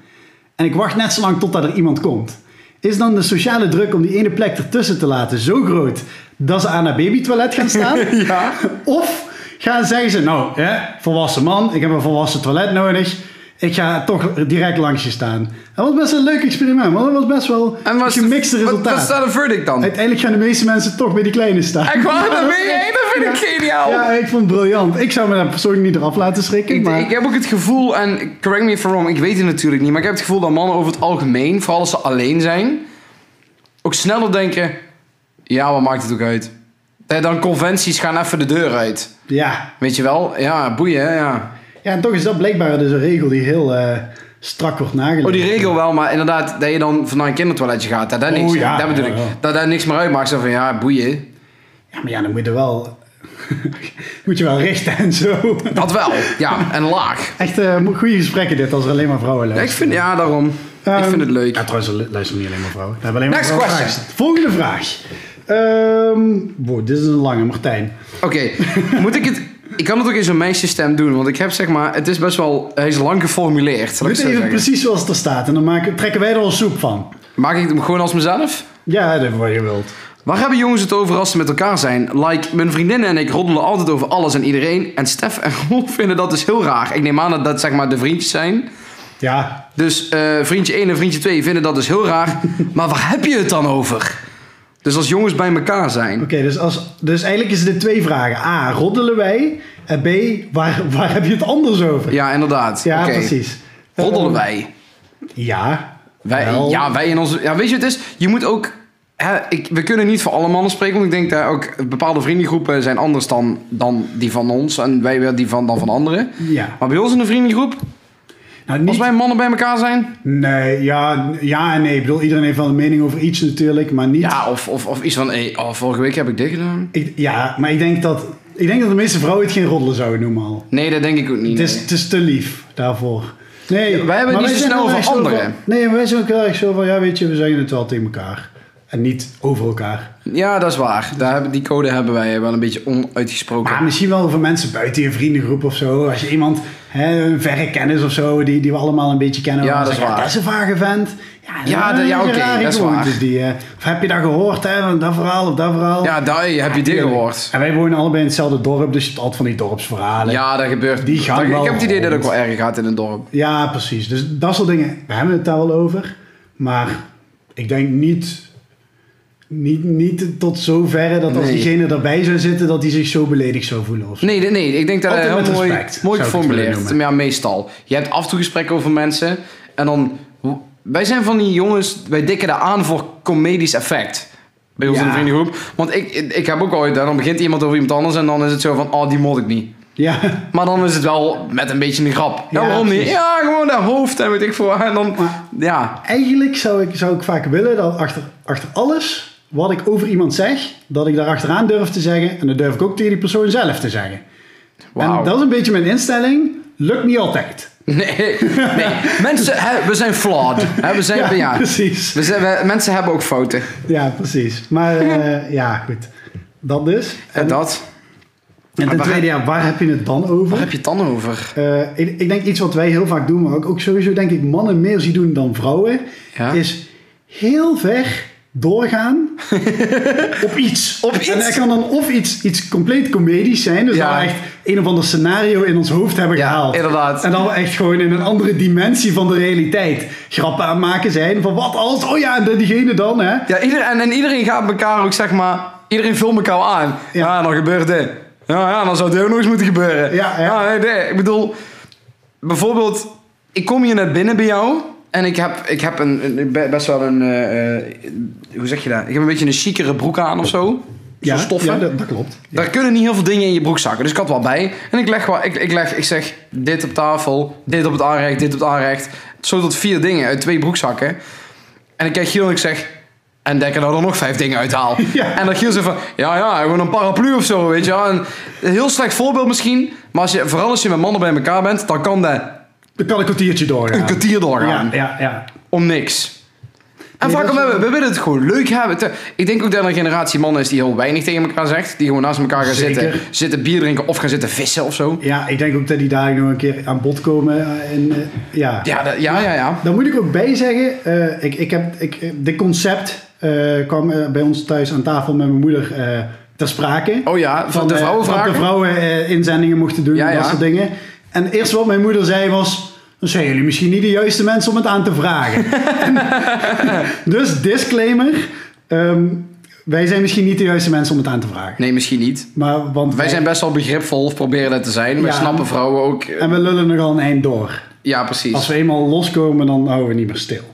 B: en ik wacht net zo lang totdat er iemand komt, is dan de sociale druk om die ene plek ertussen te laten zo groot dat ze aan haar babytoilet gaan staan?
A: [LAUGHS] Ja.
B: Of gaan zeggen ze, nou, hè, volwassen man, ik heb een volwassen toilet nodig. Ik ga toch direct langs je staan. Dat was best een leuk experiment, maar dat was best wel
A: En
B: een
A: was
B: gemixte
A: wat-
B: resultaat.
A: Wat is dat een verdict dan?
B: Uiteindelijk gaan de meeste mensen toch bij die kleine staan.
A: Ik wou dat
B: was
A: mee, hè? dat vind ik geniaal.
B: Ja, ik vond het briljant. Ik zou me daar persoonlijk niet eraf laten schrikken,
A: Ik,
B: maar...
A: ik heb ook het gevoel, en correct me if I'm wrong, ik weet het natuurlijk niet, maar ik heb het gevoel dat mannen over het algemeen, vooral als ze alleen zijn, ook sneller denken: ja, wat maakt het ook uit? Eh, Dan conventies gaan even de deur uit.
B: ja.
A: Weet je wel? Ja, boeien, hè, ja.
B: ja, en toch is dat blijkbaar dus een regel die heel eh, strak wordt nagelegd.
A: Oh, die regel wel, maar inderdaad, dat je dan van naar een kindertoiletje gaat, dat dat
B: Oh,
A: niks,
B: ja,
A: dat bedoel
B: ja,
A: ik.
B: ja.
A: Dat daar niks meer uitmaakt, zo van ja, boeien.
B: Ja, maar ja, dan moet je wel... [LAUGHS] moet je wel richten en zo.
A: Dat wel, ja, en laag.
B: Echt eh, goede gesprekken dit, als er alleen maar vrouwen
A: Ja, Ik
B: luisteren.
A: vind, ja, daarom. Ik
B: Ehm,
A: vind het leuk.
B: Ja, trouwens, er lu- luisteren niet alleen maar vrouwen. We hebben alleen maar
A: Next
B: vrouwen
A: question.
B: geluisterd. Volgende vraag. Ehm wow, dit is een lange, Martijn.
A: Oké, moet ik het... Ik kan het ook in zo'n meisjesstem doen, want ik heb zeg maar... Het is best wel... Hij is lang geformuleerd, zal
B: Doe
A: ik
B: het
A: zo
B: even
A: zeggen.
B: precies zoals het er staat en dan maken, trekken wij er al soep van.
A: Maak ik het gewoon als mezelf?
B: Ja, dat wat je wilt.
A: Waar hebben jongens het over als ze met elkaar zijn? Like, mijn vriendinnen en ik roddelen altijd over alles en iedereen. En Stef en Rolf [LAUGHS] vinden dat dus heel raar. Ik neem aan dat dat zeg maar de vriendjes zijn.
B: Ja,
A: Dus eh, vriendje 1 en vriendje 2 vinden dat dus heel
B: [LAUGHS]
A: raar. maar waar heb je het dan over? Dus als jongens bij elkaar zijn.
B: oké, dus, als- dus eigenlijk is dit twee vragen. A, roddelen wij? En B, waar, waar heb je het anders over?
A: Ja, inderdaad.
B: Ja,
A: Oké.
B: precies.
A: Roddelen
B: Ehm,
A: wij.
B: Ja.
A: Wij,
B: Wel.
A: ja, wij in onze. Ja, weet je, het is. Je moet ook. Hè, ik, we kunnen niet voor alle mannen spreken, want ik denk dat ook bepaalde vriendengroepen zijn anders dan, dan die van ons en wij weer die van, dan van anderen.
B: Ja.
A: Maar bij ons in de vriendengroep,
B: Nou, niet,
A: als wij mannen bij elkaar zijn,
B: Nee, ja, ja en nee. Ik bedoel, iedereen heeft wel een mening over iets natuurlijk, maar niet...
A: ja, of, of, of iets van, hey, oh, vorige week heb ik dit gedaan.
B: Ik, ja, maar ik denk, dat, ik denk dat de meeste vrouwen het geen roddelen zouden noemen al.
A: Nee, dat denk ik ook niet.
B: Het is,
A: nee.
B: het is te lief daarvoor. Nee,
A: wij hebben
B: maar
A: niet zo
B: zijn
A: snel
B: wel
A: voor
B: echt zo
A: anderen.
B: van- nee, maar wij zijn ook heel erg zo van, ja weet je, we zeggen het wel tegen elkaar. En niet over elkaar.
A: Ja, dat is waar. Daar hebben, die code hebben wij wel een beetje onuitgesproken.
B: Maar misschien wel over mensen buiten je vriendengroep of zo. Als je iemand, hè, een verre kennis of zo, die, die we allemaal een beetje kennen.
A: Ja,
B: dan
A: dat is
B: zeg je,
A: waar.
B: Dat is een vage vent. Ja, dat
A: Ja,
B: is
A: dat-
B: een
A: ja,
B: beetje
A: oké,
B: rare
A: dat is
B: gewoontes
A: waar.
B: Die, eh, of heb je dat gehoord, hè, van dat verhaal of dat verhaal?
A: ja, daar heb je dit gehoord.
B: En wij wonen allebei in hetzelfde dorp, dus je hebt altijd van die dorpsverhalen.
A: Ja, dat gebeurt.
B: Die gaan
A: dat-
B: wel
A: ik heb het idee dat het ook
B: rond.
A: wel erg gaat in het dorp.
B: Ja, precies. Dus dat soort dingen, we hebben het daar wel over. Maar ik denk niet, niet, niet tot zoverre dat als
A: Nee.
B: diegene erbij zou zitten, dat hij zich zo beledigd zou voelen. Of zo.
A: Nee, nee, nee, ik denk dat hij
B: Altijd
A: heel
B: met
A: mooi,
B: respect,
A: mooi
B: zou ik het willen
A: geformuleerd.
B: noemen.
A: Ja, meestal. Je hebt af en toe gesprekken over mensen. En dan... Wij zijn van die jongens... Wij dikken daar aan voor comedisch effect. Bij ons in de
B: Ja.
A: vriendengroep. Want ik, ik, ik heb ook ooit... en Dan begint iemand over iemand anders. En dan is het zo van... Oh, die mod ik niet.
B: Ja,
A: Maar dan is het wel met een beetje een grap. Ja,
B: Ja,
A: waarom niet?
B: precies.
A: Ja, gewoon dat hoofd en weet ik veel. wat. En dan...
B: Maar-
A: Ja. [LAUGHS]
B: eigenlijk zou ik, zou ik vaak willen dat achter, achter alles wat ik over iemand zeg, dat ik daar achteraan durf te zeggen. En dat durf ik ook tegen die persoon zelf te zeggen. En dat
A: Wauw.
B: is een beetje mijn instelling. Lukt niet altijd.
A: Nee, nee. Mensen, hè, we zijn flawed. Hè, we zijn... Ja,
B: [LAUGHS] precies.
A: We zijn, we- mensen hebben ook fouten.
B: Ja, precies. Maar eh, ja, goed. Dat dus.
A: En dat?
B: En ten
A: waar-
B: tweede, ja, waar heb je het dan over?
A: Waar heb je het dan over?
B: Eh, ik, ik denk iets wat wij heel vaak doen, maar ook, ook sowieso denk ik mannen meer zien doen dan vrouwen,
A: Ja.
B: is heel ver
A: [LAUGHS]
B: doorgaan op iets.
A: Op
B: En
A: iets.
B: dat kan dan of iets, iets compleet comedisch zijn, dus
A: Ja.
B: dat we echt een of ander scenario in ons hoofd hebben
A: Ja,
B: gehaald.
A: inderdaad.
B: En dan we echt gewoon in een andere dimensie van de realiteit grappen aan maken zijn van wat als, oh ja, en diegene dan, hè.
A: Ja, ieder, en, en iedereen gaat elkaar ook zeg maar. Iedereen vult elkaar aan. Ja,
B: Ja.
A: dan gebeurt dit. Ja, ja, dan zou dit ook nog eens moeten gebeuren.
B: Ja, ja.
A: nee, nee. Ik bedoel, bijvoorbeeld, ik kom hier net binnen bij jou. En ik heb, ik heb een, een- be- best wel een, eh, eh, hoe zeg je dat? Ik heb een beetje een chicere broek aan of zo.
B: Ja,
A: Zo'n stoffen.
B: ja, dat, dat klopt.
A: Daar kunnen niet heel veel dingen in je broek zakken. Dus ik had wel bij. En ik leg, wel- ik, ik leg, ik zeg dit op tafel, dit op het aanrecht, dit op het aanrecht. Zo tot vier dingen uit twee broekzakken. En ik kijk Giel en ik zeg, en denk er dan nog vijf dingen uit haal.
B: [LAUGHS] Ja.
A: En dan Giel zegt van, ja ja, gewoon een paraplu of zo, weet je wel. En Een heel slecht voorbeeld misschien. Maar als je, vooral als je met mannen bij elkaar bent, dan kan dat
B: Dan kan een kwartiertje doorgaan.
A: een kwartier doorgaan
B: Ja, ja, ja.
A: om niks. En
B: Nee,
A: vaak
B: dat
A: omdat
B: is
A: we,
B: wel-
A: we willen het gewoon leuk hebben. Te- Ik denk ook dat er een generatie mannen is die heel weinig tegen elkaar zegt. Die gewoon naast elkaar gaan
B: Zeker.
A: zitten, zitten bier drinken of gaan zitten vissen of zo.
B: Ja, ik denk ook dat die daar nog een keer aan bod komen. eh, En, eh, ja.
A: Ja, dat- ja, ja, ja.
B: Dan moet ik ook bij zeggen, eh, ik, ik heb, ik, eh, dit concept eh, kwam eh, bij ons thuis aan tafel met mijn moeder eh, ter sprake.
A: Oh ja, van de
B: eh,
A: vrouwenvraag.
B: Van de vrouwen eh, inzendingen mochten doen
A: Ja,
B: en dat
A: ja.
B: soort dingen. En eerst wat mijn moeder zei was... Dan zijn jullie misschien niet de juiste mensen om het aan te
A: [LAUGHS]
B: vragen. En- [LAUGHS] dus disclaimer. ehm, wij zijn misschien niet de juiste mensen om het aan te vragen.
A: Nee, misschien niet.
B: Maar, want
A: Wij zijn best wel begripvol of proberen dat te zijn. Wij
B: Ja.
A: snappen vrouwen ook. eh,
B: En we lullen nogal een eind door.
A: Ja,
B: Als
A: precies.
B: we eenmaal loskomen, dan houden we niet meer stil.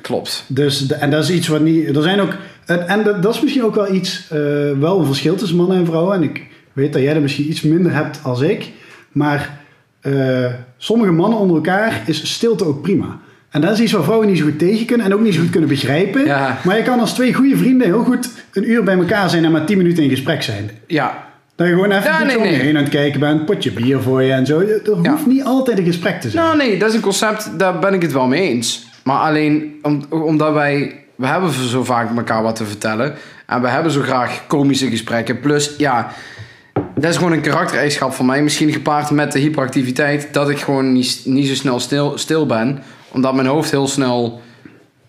A: Klopt.
B: Dus, de- en dat is iets wat niet... Er zijn ook... En, en dat, dat is misschien ook wel iets... eh, wel een verschil tussen mannen en vrouwen. En ik weet dat jij er misschien iets minder hebt als ik. Maar eh, sommige mannen onder elkaar is stilte ook prima. En dat is iets waar vrouwen niet zo goed tegen kunnen. En ook niet zo goed kunnen begrijpen.
A: Ja.
B: Maar je kan als twee goede vrienden heel goed een uur bij elkaar zijn... en maar tien minuten in gesprek zijn.
A: Ja,
B: Dat je gewoon even
A: Ja,
B: goed
A: nee,
B: om je
A: nee.
B: heen aan het kijken bent. Potje bier voor je en zo. Er hoeft
A: Ja.
B: niet altijd een gesprek te zijn.
A: Nou nee, dat is een concept, daar ben ik het wel mee eens. Maar alleen om- omdat wij, we hebben zo vaak elkaar wat te vertellen. En we hebben zo graag komische gesprekken. Plus, ja, dat is gewoon een karaktereigenschap van mij. Misschien gepaard met de hyperactiviteit, dat ik gewoon niet, niet zo snel stil, stil ben. Omdat mijn hoofd heel snel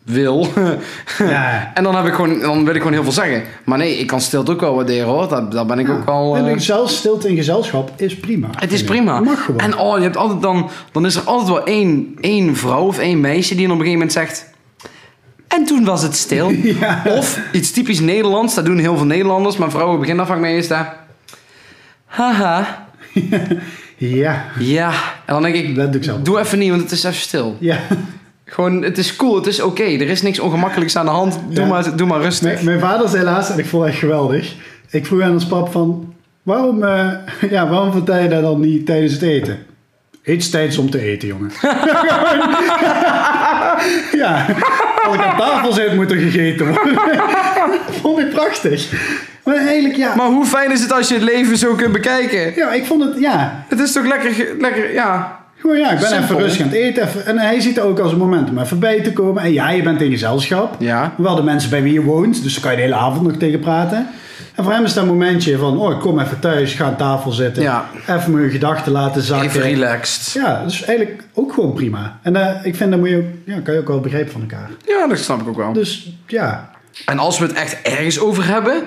A: wil.
B: [LAUGHS] Ja.
A: en dan, heb ik gewoon, dan wil ik gewoon heel veel zeggen. Maar nee, ik kan stilte ook wel waarderen hoor. Daar, daar ben ik ook wel...
B: En
A: eh,
B: ik- zelfs stilte in gezelschap is prima.
A: het is
B: vind ik.
A: prima.
B: Het mag gewoon.
A: En oh, je hebt altijd dan, dan is er altijd wel één, één vrouw of één meisje die dan op een gegeven moment zegt. En toen was het stil.
B: [LAUGHS] Ja.
A: Of iets typisch Nederlands, dat doen heel veel Nederlanders, maar vrouwen beginnen daar vaak mee, is dat. Haha,
B: [LAUGHS] Ja,
A: ja. En dan denk ik,
B: dat doe ik zelf.
A: doe even niet, want het is even stil.
B: Ja,
A: Gewoon, het is cool, het is oké, er is niks ongemakkelijks aan de hand, doe,
B: Ja.
A: maar, doe maar rustig.
B: mijn, mijn vader zei laatst, en ik vond het echt geweldig. Ik vroeg aan ons pap van, waarom, eh, [LAUGHS] ja, waarom vertel je dat dan niet tijdens het eten? Iets tijdens om te eten, jongen. [LAUGHS] ja, als ik aan tafel zit, moet er gegeten worden. [LAUGHS] vond ik prachtig. Maar eigenlijk, ja.
A: Maar hoe fijn is het als je het leven zo kunt bekijken?
B: Ja, ik vond het, ja.
A: Het is toch lekker, ge- lekker ja.
B: Gewoon ja, ik ben
A: Simpel.
B: even rustig aan het eten. Even, en hij ziet het ook als een moment om even bij te komen. En ja, je bent in gezelschap.
A: Ja.
B: Wel de mensen bij wie je woont, dus daar kan je de hele avond nog tegen praten. En voor hem is dat momentje van, oh, ik kom even thuis, ga aan tafel zitten.
A: Ja.
B: Even mijn gedachten laten zakken.
A: Even relaxed.
B: Ja, dat is eigenlijk ook gewoon prima. En eh, ik vind, dat moet je, ook- ja, kan je ook wel begrijpen van elkaar.
A: Ja, dat snap ik ook wel.
B: Dus ja,
A: En als we het echt ergens over hebben,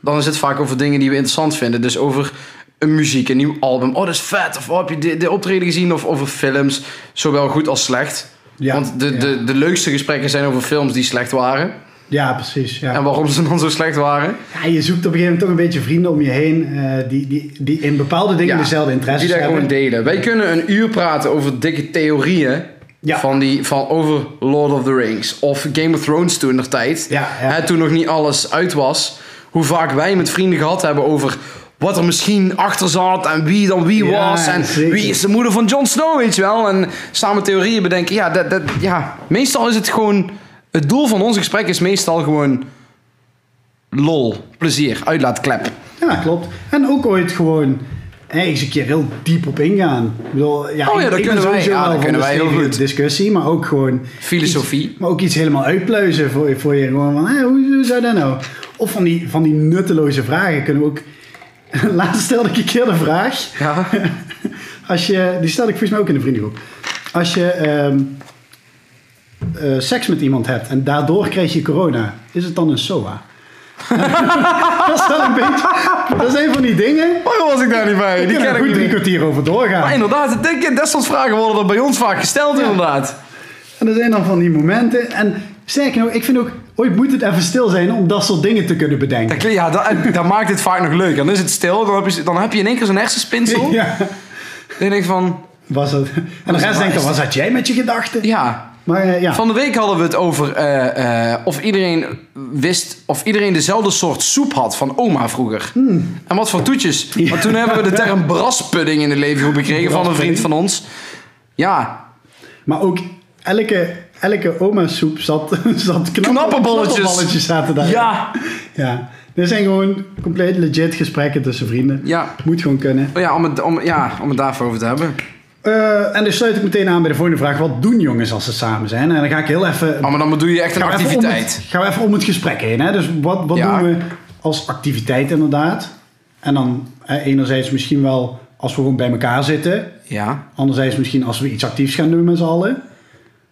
A: dan is het vaak over dingen die we interessant vinden. Dus over een muziek, een nieuw album. Oh, dat is vet. Of oh, heb je de, de optreden gezien? Of over films, zowel goed als slecht.
B: Ja,
A: Want de,
B: ja.
A: de, de leukste gesprekken zijn over films die slecht waren.
B: ja precies. Ja.
A: En waarom ze dan zo slecht waren.
B: Ja, je zoekt op een gegeven moment toch een beetje vrienden om je heen eh, die, die, die in bepaalde dingen
A: Ja,
B: dezelfde interesses
A: Die daar
B: hebben.
A: gewoon delen. Wij kunnen een uur praten over dikke theorieën.
B: Ja.
A: Van die, van over Lord of the Rings. Of Game of Thrones toen nog tijd.
B: Ja, ja.
A: Hè, toen nog niet alles uit was. Hoe vaak wij met vrienden gehad hebben over wat er misschien achter zat. En wie dan wie
B: Ja,
A: was. En
B: zeker.
A: wie is de moeder van Jon Snow, weet je wel. En samen theorieën bedenken. Ja, dat, dat, ja, meestal is het gewoon... Het doel van ons gesprek is meestal gewoon... Lol, plezier, uitlaatklep.
B: Ja, klopt. En ook ooit gewoon hey, eens een keer heel diep op ingaan. Ik bedoel, ja,
A: Oh ja,
B: ik-
A: dat
B: ik ben
A: kunnen wij.
B: sowieso
A: Ja,
B: wel
A: dat
B: van
A: kunnen
B: de
A: wij heel
B: stevige
A: goed.
B: discussie, maar ook gewoon...
A: Filosofie.
B: iets- maar ook iets helemaal uitpluizen voor je. Voor je gewoon van, hé, hoe, hoe zou dat nou? Of van die, van die nutteloze vragen kunnen we ook... [LAUGHS] Laatst stelde ik een keer de vraag.
A: Ja.
B: [LAUGHS] Als je, die stelde ik volgens mij ook in de vriendengroep. Als je ehm, eh, seks met iemand hebt en daardoor krijg je corona, is het dan een SOA?
A: [LAUGHS]
B: dat is wel een beetje... Dat zijn van die dingen...
A: Waarom was ik daar niet bij?
B: Die
A: Die ken
B: kunnen er goed
A: ik niet
B: drie
A: meer.
B: kwartier over
A: Maar
B: doorgaan.
A: inderdaad, ik denk, dat soort vragen worden er bij ons vaak gesteld,
B: Ja.
A: inderdaad.
B: En er zijn dan van die momenten. En sterker nog, ik vind ook, ooit moet het even stil zijn om dat soort dingen te kunnen bedenken.
A: Dat, klinkt- ja, dat, dat maakt het vaak nog leuk. Dan is het stil, dan heb je, dan heb je in één keer zo'n hersenspinsel.
B: [LAUGHS] Ja,
A: Dan denk ik van,
B: was dat. En de
A: het
B: rest denkt dan, was dat jij met je gedachten?
A: ja,
B: Maar eh, ja,
A: Van de week hadden we het over eh, eh, of iedereen wist of iedereen dezelfde soort soep had van oma vroeger. En wat voor toetjes. Want toen hebben we de term braspudding in het leven geroepen gekregen van een vriend van ons. Ja,
B: maar ook elke, elke oma's soep zat, [LAUGHS] zat knap-
A: Knappenballetjes.
B: knappenballetjes zaten daar.
A: ja,
B: ja. Dit zijn gewoon compleet legit gesprekken tussen vrienden.
A: ja.
B: Moet gewoon kunnen.
A: Ja, om het, om, ja, om het daarvoor over te hebben.
B: Eh, en dus sluit ik meteen aan bij de volgende vraag. Wat doen jongens als ze samen zijn? En dan ga ik heel even...
A: Oh, maar dan bedoel je echt een
B: gaan we even om het-
A: activiteit.
B: Gaan we even om het gesprek heen. Hè? Dus wat, wat
A: Ja.
B: doen we als activiteit inderdaad? En dan eh, enerzijds misschien wel als we gewoon bij elkaar zitten.
A: Ja.
B: Anderzijds misschien als we iets actiefs gaan doen met z'n allen.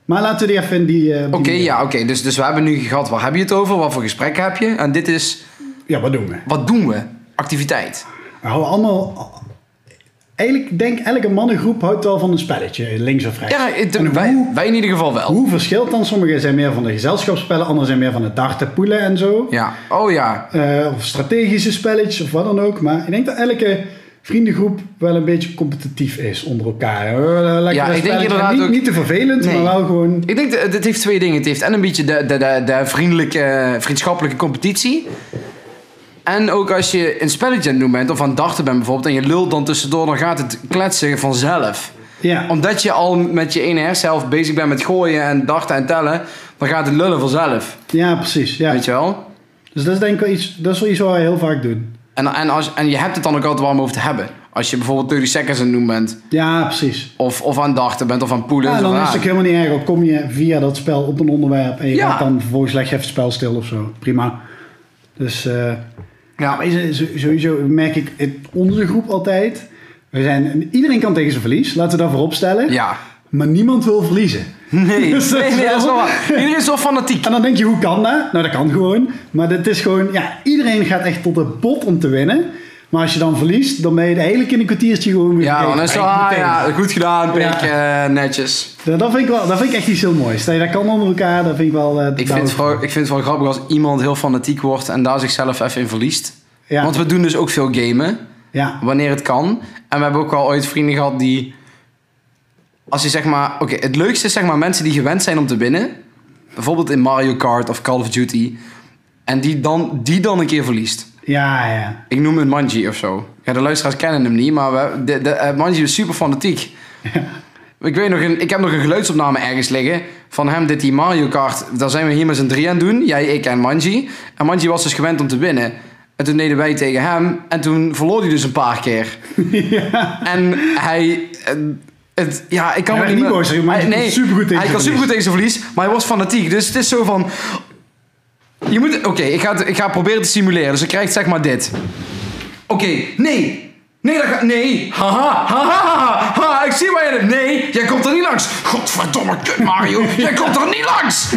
B: Maar laten we die even in die... eh, op
A: Oké,
B: die manier-
A: ja, oké. Dus, dus we hebben nu gehad, waar heb je het over? Wat voor gesprek heb je? En dit is,
B: Ja, wat doen we?
A: wat doen we? Activiteit.
B: We houden allemaal... Eigenlijk denk elke mannengroep houdt wel van een spelletje. Links of rechts.
A: Ja, het-
B: En
A: wij,
B: hoe,
A: wij in ieder geval wel.
B: hoe verschilt dan? Sommigen zijn meer van de gezelschapsspellen. Anderen zijn meer van het darten, poelen en zo.
A: Ja. Oh ja.
B: Eh, of strategische spelletjes of wat dan ook. Maar ik denk dat elke vriendengroep wel een beetje competitief is onder elkaar. Eh, lekker
A: ik denk
B: spelletje.
A: inderdaad
B: niet,
A: ook-
B: niet te vervelend,
A: Nee.
B: maar wel gewoon...
A: Ik denk, dat- het heeft twee dingen. Het heeft en een beetje de, de, de, de vriendelijke, vriendschappelijke competitie. En ook als je een spelletje aan het doen bent, of aan het darten bent bijvoorbeeld, en je lult dan tussendoor, dan gaat het kletsen vanzelf.
B: Ja,
A: Omdat je al met je ene hersenhelft bezig bent met gooien en darten en tellen, dan gaat het lullen vanzelf.
B: ja precies. Ja.
A: Weet je wel?
B: Dus dat is denk ik wel iets, dat is wel iets wat wij heel vaak doen.
A: En, en, als, en je hebt het dan ook altijd wel om over te hebben. Als je bijvoorbeeld 30 seconds aan het doen bent,
B: Ja, precies.
A: of, of aan het darten bent, of aan het poelen.
B: Ja, en
A: of
B: dan
A: aan-
B: is het ook helemaal niet erg. Al kom je via dat spel op een onderwerp en je
A: Ja.
B: gaat dan vervolgens leg je even het spel stil of zo. Prima. Dus eh, ja, maar is- is- sowieso merk ik in onze groep altijd... We zijn, iedereen kan tegen zijn verlies, laten we dat voorop stellen. [LAUGHS]
A: Ja.
B: Maar niemand wil verliezen.
A: Nee,
B: Dus dat
A: nee,
B: is
A: nee, dat is
B: [LAUGHS]
A: wel
B: wel-
A: waar. Iedereen is wel fanatiek.
B: En dan denk je, hoe kan dat? Nou, dat kan gewoon. Maar dit is gewoon, ja, iedereen gaat echt tot het bot om te winnen. Maar als je dan verliest, dan ben je eigenlijk in een kwartiertje gewoon weer
A: Ja,
B: vergeten.
A: dan is het wel,
B: Eigenlijk
A: ah,
B: meteen.
A: ja, goed gedaan, Pik,
B: Ja.
A: eh, netjes.
B: Ja, Dat vind ik wel, dat vind ik echt iets heel moois. Dat je dat kan onder elkaar, dat vind ik wel... eh,
A: Ik
B: nou,
A: vind, het wel, ik vind het wel grappig als iemand heel fanatiek wordt en daar zichzelf even in verliest.
B: Ja,
A: Want we doen dus ook veel gamen,
B: ja,
A: wanneer het kan. En we hebben ook wel ooit vrienden gehad die... Als je zeg maar... Oké, het leukste is zeg maar mensen die gewend zijn om te winnen. Bijvoorbeeld in Mario Kart of Call of Duty. En die dan, die dan een keer verliest.
B: ja, ja. [LAUGHS]
A: Ik noem het Manji of zo. Ja, de luisteraars kennen hem niet, maar we, de, de, eh, Manji is super fanatiek. Ik, weet nog een, ik heb nog een geluidsopname ergens liggen van hem dit die Mario Kart. Daar zijn we hier met z'n drieën aan het doen. Jij, ik en Manji. En Manji was dus gewend om te winnen. En toen deden wij tegen hem. En toen verloor hij dus een paar keer. En hij... eh, Het, ja, ik kan
B: Hij
A: me
B: werd niet
A: meer-
B: boos, maar hij kon supergoed tegen
A: hij
B: zijn
A: kan supergoed tegen zijn verlies. Maar hij was fanatiek. Dus het is zo van... Je moet... Oké, ik, ga, het- ik ga het proberen te simuleren. Dus je krijgt zeg maar dit. Oké, nee. Nee, dat gaat... Nee. Haha, haha, haha, haha. Ik zie waar je... Nee, jij komt er niet langs. Godverdomme kut, Mario. jij komt er niet langs.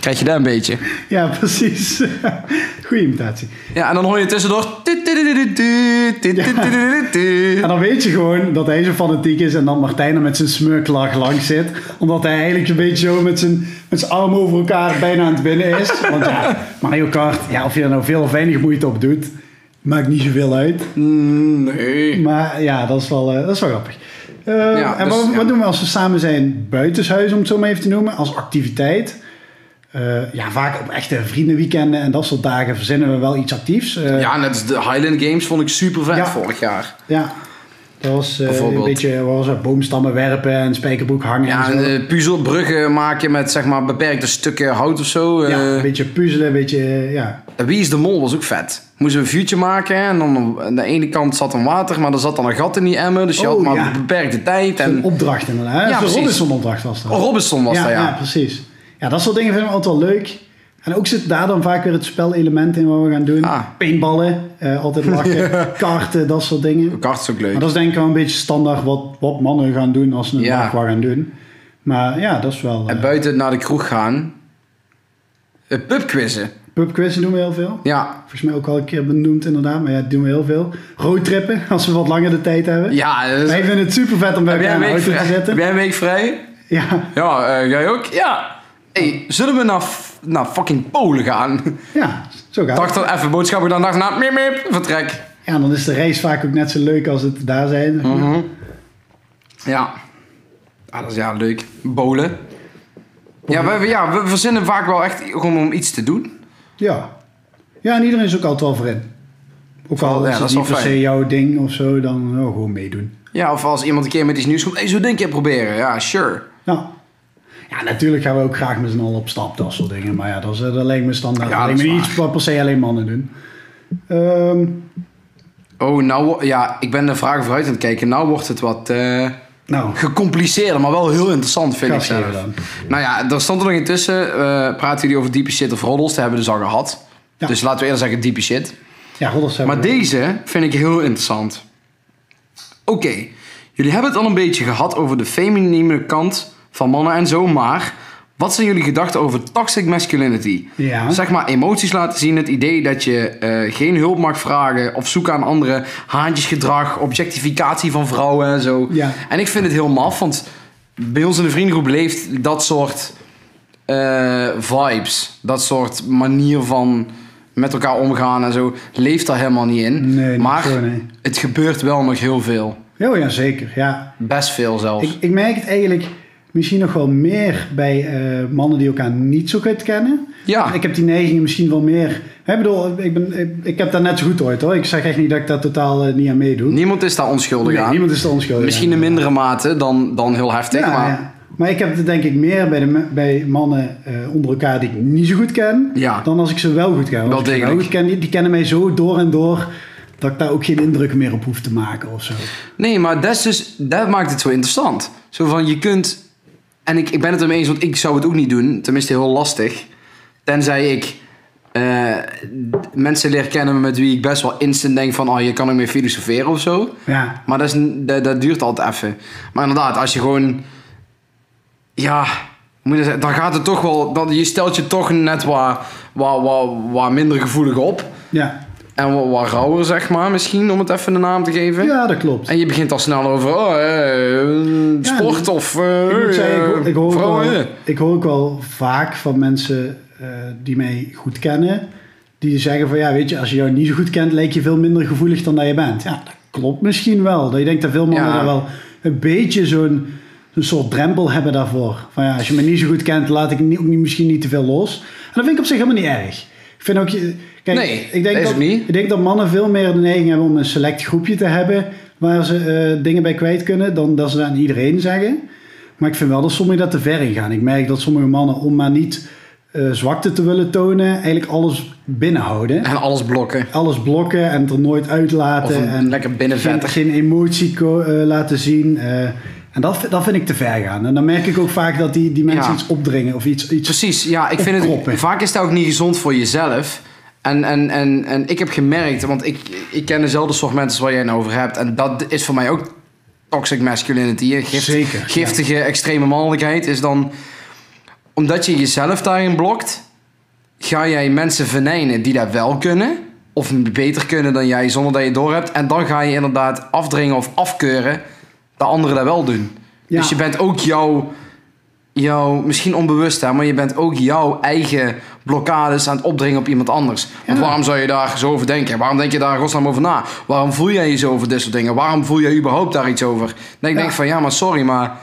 A: Krijg je daar een beetje.
B: Ja, precies. [LAUGHS] Goeie imitatie.
A: Ja, en dan hoor je tussendoor... tut, tut, tut, tut, tut, tut, tut, tut, tut.
B: En dan weet je gewoon dat hij zo fanatiek is en dan Martijn er met zijn smurklach langs zit. Omdat hij eigenlijk een beetje zo met zijn, met zijn armen over elkaar bijna aan het winnen is. Want ja, Mario Kart, ja, of je er nou veel of weinig moeite op doet, maakt niet zoveel uit.
A: Mm, Nee.
B: Maar ja, dat is wel, eh, dat is wel grappig. Eh,
A: Ja,
B: en
A: dus,
B: wat,
A: ja.
B: wat doen we als we samen zijn buitenshuis, om het zo maar even te noemen, als activiteit? Eh, ja, vaak op echte vriendenweekenden en dat soort dagen verzinnen we wel iets actiefs. Eh,
A: Ja, net als de Highland Games vond ik super vet
B: Ja.
A: vorig jaar.
B: Ja, dat was eh, een
A: Bijvoorbeeld.
B: beetje wat was het, boomstammen werpen en spijkerbroek hangen.
A: Ja,
B: en zo.
A: en, eh, puzzelbruggen maken met zeg maar beperkte stukken hout of zo.
B: ja,
A: Eh,
B: een beetje puzzelen, een beetje, eh, ja.
A: Wie is de mol was ook vet. Moesten we een vuurtje maken en dan aan de ene kant zat dan water, maar er zat dan een gat in die emmer. Dus je
B: Oh,
A: had maar
B: ja.
A: beperkte tijd.
B: Een
A: En
B: opdracht inderdaad. hè?
A: Ja,
B: Zo'n
A: precies.
B: Robinson-opdracht was dat.
A: Oh, Robinson was
B: ja,
A: dat, ja.
B: ja, precies. Ja, dat soort dingen vinden we altijd wel leuk. En ook zit daar dan vaak weer het spelelement in wat we gaan doen.
A: Ah.
B: Paintballen, eh, altijd
A: [LAUGHS]
B: lachen, karten, dat soort dingen.
A: Kart is ook leuk.
B: Maar dat is denk ik wel een beetje standaard wat, wat mannen gaan doen als ze een
A: Ja.
B: dag wat gaan doen. Maar ja, dat is wel...
A: En
B: eh
A: buiten naar de kroeg gaan. Eh, Pubquizzen.
B: Pubquizzen doen we heel veel.
A: Ja.
B: Volgens mij ook al een keer benoemd inderdaad, maar ja, dat doen we heel veel. Roadtrippen, [LAUGHS] als we wat langer de tijd hebben.
A: Ja, dat is-
B: Wij vinden het super vet om bij
A: heb, jij
B: elkaar
A: een
B: in de
A: week
B: auto te
A: vrij? heb
B: zitten.
A: jij een week vrij?
B: Ja,
A: Ja, eh, jij ook? Ja. Hey, zullen we naar, f- naar fucking Polen gaan?
B: ja, zo gaat het.
A: Dacht dan even boodschappen, dan dacht na, miep, miep, vertrek.
B: Ja, dan is de race vaak ook net zo leuk als het daar
A: Mhm.
B: zijn.
A: Ja. Ah, dat is ja leuk. Bolen. Ja, we, we- ja, we verzinnen vaak wel echt gewoon om iets te doen.
B: Ja. Ja, en iedereen is ook altijd wel voor in. Ook al
A: Ja,
B: is
A: dat
B: het
A: is
B: niet
A: wel
B: per se
A: fijn.
B: jouw ding of zo, dan oh, gewoon meedoen.
A: Ja, of als iemand een keer met iets nieuws komt, hey, zo'n ding een keer proberen. Ja, sure.
B: Nou. Ja, natuurlijk gaan we ook graag met z'n allen op stap, dat soort dingen. Maar ja, dat, is, eh, dat lijkt me standaard.
A: Ja,
B: dat
A: dat
B: lijkt me
A: is
B: niet iets wat per se alleen mannen doen. Ehm,
A: Oh, nou, wo- ja, ik ben de vragen vooruit aan het kijken. Nou wordt het wat eh,
B: nou,
A: gecompliceerder, maar wel heel interessant, vind
B: Ga
A: ik
B: verder
A: zelf.
B: dan.
A: Nou ja, er stond er nog intussen, eh praten jullie over diepe shit of roddels? Dat hebben we dus al gehad.
B: Ja.
A: Dus laten we eerder zeggen diepe shit.
B: ja, roddels hebben
A: Maar
B: we-
A: deze vind ik heel interessant. Oké, jullie hebben het al een beetje gehad over de feminine kant van mannen en zo, maar wat zijn jullie gedachten over toxic masculinity?
B: Ja.
A: Zeg maar emoties laten zien, het idee dat je eh, geen hulp mag vragen of zoeken aan anderen, haantjesgedrag, objectificatie van vrouwen en zo.
B: Ja.
A: En ik vind het heel maf, want bij ons in de vriendengroep leeft dat soort eh, vibes, dat soort manier van met elkaar omgaan en zo, leeft daar helemaal niet in.
B: Nee, niet
A: maar
B: zo, nee.
A: het gebeurt wel nog heel veel.
B: Oh ja, zeker. Ja,
A: Best veel zelfs.
B: Ik, ik merk het eigenlijk misschien nog wel meer bij eh, mannen die elkaar niet zo goed kennen.
A: Ja.
B: Ik heb die neigingen misschien wel meer. Ik bedoel, ik, ben, ik, ik heb dat net zo goed ooit hoor. Ik zeg echt niet dat ik daar totaal eh, niet aan meedoe.
A: Niemand is daar onschuldig
B: Nee,
A: aan.
B: niemand is er onschuldig.
A: Misschien
B: aan.
A: in mindere mate dan, dan heel heftig,
B: Ja,
A: maar...
B: ja. Maar ik heb het denk ik meer bij, de, me- bij mannen eh, onder elkaar die ik niet zo goed ken,
A: Ja.
B: dan als ik ze wel goed ken. Want
A: Wel
B: als ik ze
A: degelijk.
B: goed ken, die, die kennen mij zo door en door dat ik daar ook geen indruk meer op hoef te maken of zo.
A: Nee, maar dat, is dus, dat maakt het zo interessant. Zo van, je kunt... En ik, ik ben het ermee eens, want ik zou het ook niet doen. Tenminste, heel lastig. Tenzij ik eh, mensen leer kennen met wie ik best wel instant denk van... Oh, je kan er mee filosoferen of zo.
B: Ja.
A: Maar dat, is, n- dat, dat duurt altijd even. Maar inderdaad, als je gewoon... Ja, hoe moet je zeggen, dan gaat het toch wel... Dan, je stelt je toch net wat, wat, wat, wat minder gevoelig op.
B: Ja.
A: En wat, wat rauwer, zeg maar, misschien, om het even een naam te geven.
B: ja, dat klopt.
A: En je begint al snel over oh, eh,
B: Ja,
A: sport of eh,
B: Ik moet zeggen, ik, ho- ik, hoor ook
A: vrouwen.
B: wel, ik hoor ook wel vaak van mensen eh, die mij goed kennen, die zeggen van ja, weet je, als je jou niet zo goed kent, lijk je veel minder gevoelig dan dat je bent. Ja, dat klopt misschien wel. Dat je denkt dat veel mannen
A: Ja.
B: daar wel een beetje zo'n zo'n soort drempel hebben daarvoor. Van ja, als je me niet zo goed kent, laat ik niet, ook niet, misschien niet te veel los. En dat vind ik op zich helemaal niet erg. Ik vind ook je. Kijk,
A: Nee,
B: ik denk
A: dat is
B: dat,
A: ook niet.
B: ik denk dat mannen veel meer de neiging hebben om een select groepje te hebben waar ze eh, dingen bij kwijt kunnen, dan dat ze dat aan iedereen zeggen. Maar ik vind wel dat sommigen dat te ver in gaan. Ik merk dat sommige mannen, om maar niet eh, zwakte te willen tonen, eigenlijk alles binnenhouden.
A: En alles blokken.
B: Alles blokken en het er nooit
A: Of
B: uitlaten.
A: een-
B: en
A: lekker binnenvetter.
B: geen, geen emotie ko- eh, laten zien. eh, en dat, dat vind ik te ver gaan. En dan merk ik ook vaak dat die, die mensen
A: Ja.
B: iets opdringen of iets. iets
A: Precies, ja, ik vind het.
B: Opkroppen.
A: Vaak is dat ook niet gezond voor jezelf. En, en, en, en ik heb gemerkt, want ik, ik ken dezelfde soort mensen waar jij het over hebt. En dat is voor mij ook toxic masculinity. hè. Gift,
B: Zeker, ja.
A: Giftige, extreme mannelijkheid is dan. Omdat je jezelf daarin blokt, ga jij mensen venijnen die dat wel kunnen. Of beter kunnen dan jij zonder dat je door hebt. En dan ga je inderdaad afdringen of afkeuren dat anderen dat wel doen.
B: Ja.
A: Dus je bent ook jouw, jouw, misschien onbewust hè, maar je bent ook jouw eigen blokkades aan het opdringen op iemand anders. Want
B: Ja.
A: waarom zou je daar zo over denken? Waarom denk je daar in godsnaam over na? Waarom voel jij je zo over dit soort dingen? Waarom voel jij überhaupt daar iets over? Dan ik
B: Ja.
A: denk van ja, maar sorry, maar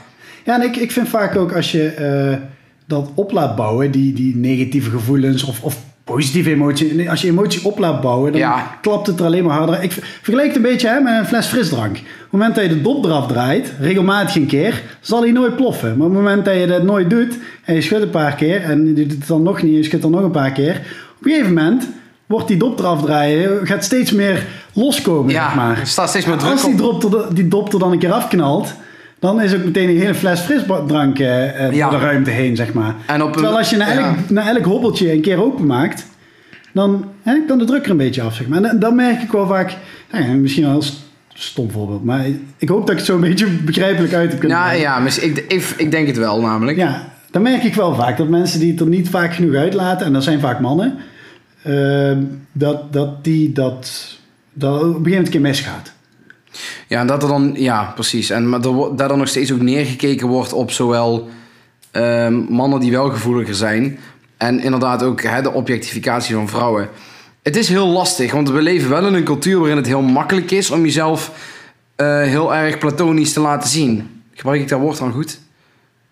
B: Ja, en ik, ik vind vaak ook als je eh, dat op laat bouwen, die, die negatieve gevoelens of, of positieve emotie. nee, Als je emotie op laat bouwen, dan
A: Ja.
B: klapt het er alleen maar harder. Ik ver- vergelijk het een beetje hè, met een fles frisdrank. Op het moment dat je de dop eraf draait, regelmatig een keer, zal hij nooit ploffen. Maar op het moment dat je dat nooit doet, en je schudt een paar keer, en je doet het dan nog niet, en je schudt dan nog een paar keer. Op een gegeven moment wordt die dop eraf draaien, gaat steeds meer loskomen,
A: ja,
B: zeg maar.
A: er staat steeds meer druk
B: Als die
A: op.
B: dop, er, die dop er dan een keer afknalt, dan is ook meteen een hele fles frisdrank eh, eh,
A: Ja.
B: door de ruimte heen, zeg maar.
A: En op
B: Terwijl
A: een-
B: als je na elk,
A: ja.
B: na elk hobbeltje een keer openmaakt, dan hè, kan de druk er een beetje af, zeg maar. En dan, dan merk ik wel vaak, nou ja, misschien wel een st- stom voorbeeld, maar ik hoop dat ik het zo een beetje [LAUGHS] begrijpelijk uit heb kunnen
A: Ja,
B: leggen.
A: ja, mis- ik, ik, ik denk het wel namelijk.
B: Ja, dan merk ik wel vaak dat mensen die het er niet vaak genoeg uitlaten, en dat zijn vaak mannen, eh, dat, dat die dat, dat op een gegeven moment een keer misgaat.
A: Ja, en dat er dan, ja, precies. En maar er wo- dat er nog steeds ook neergekeken wordt op zowel ehm, mannen die wel gevoeliger zijn. En inderdaad ook hè, de objectificatie van vrouwen. Het is heel lastig, want we leven wel in een cultuur waarin het heel makkelijk is om jezelf eh, heel erg platonisch te laten zien. Gebruik ik dat woord dan goed?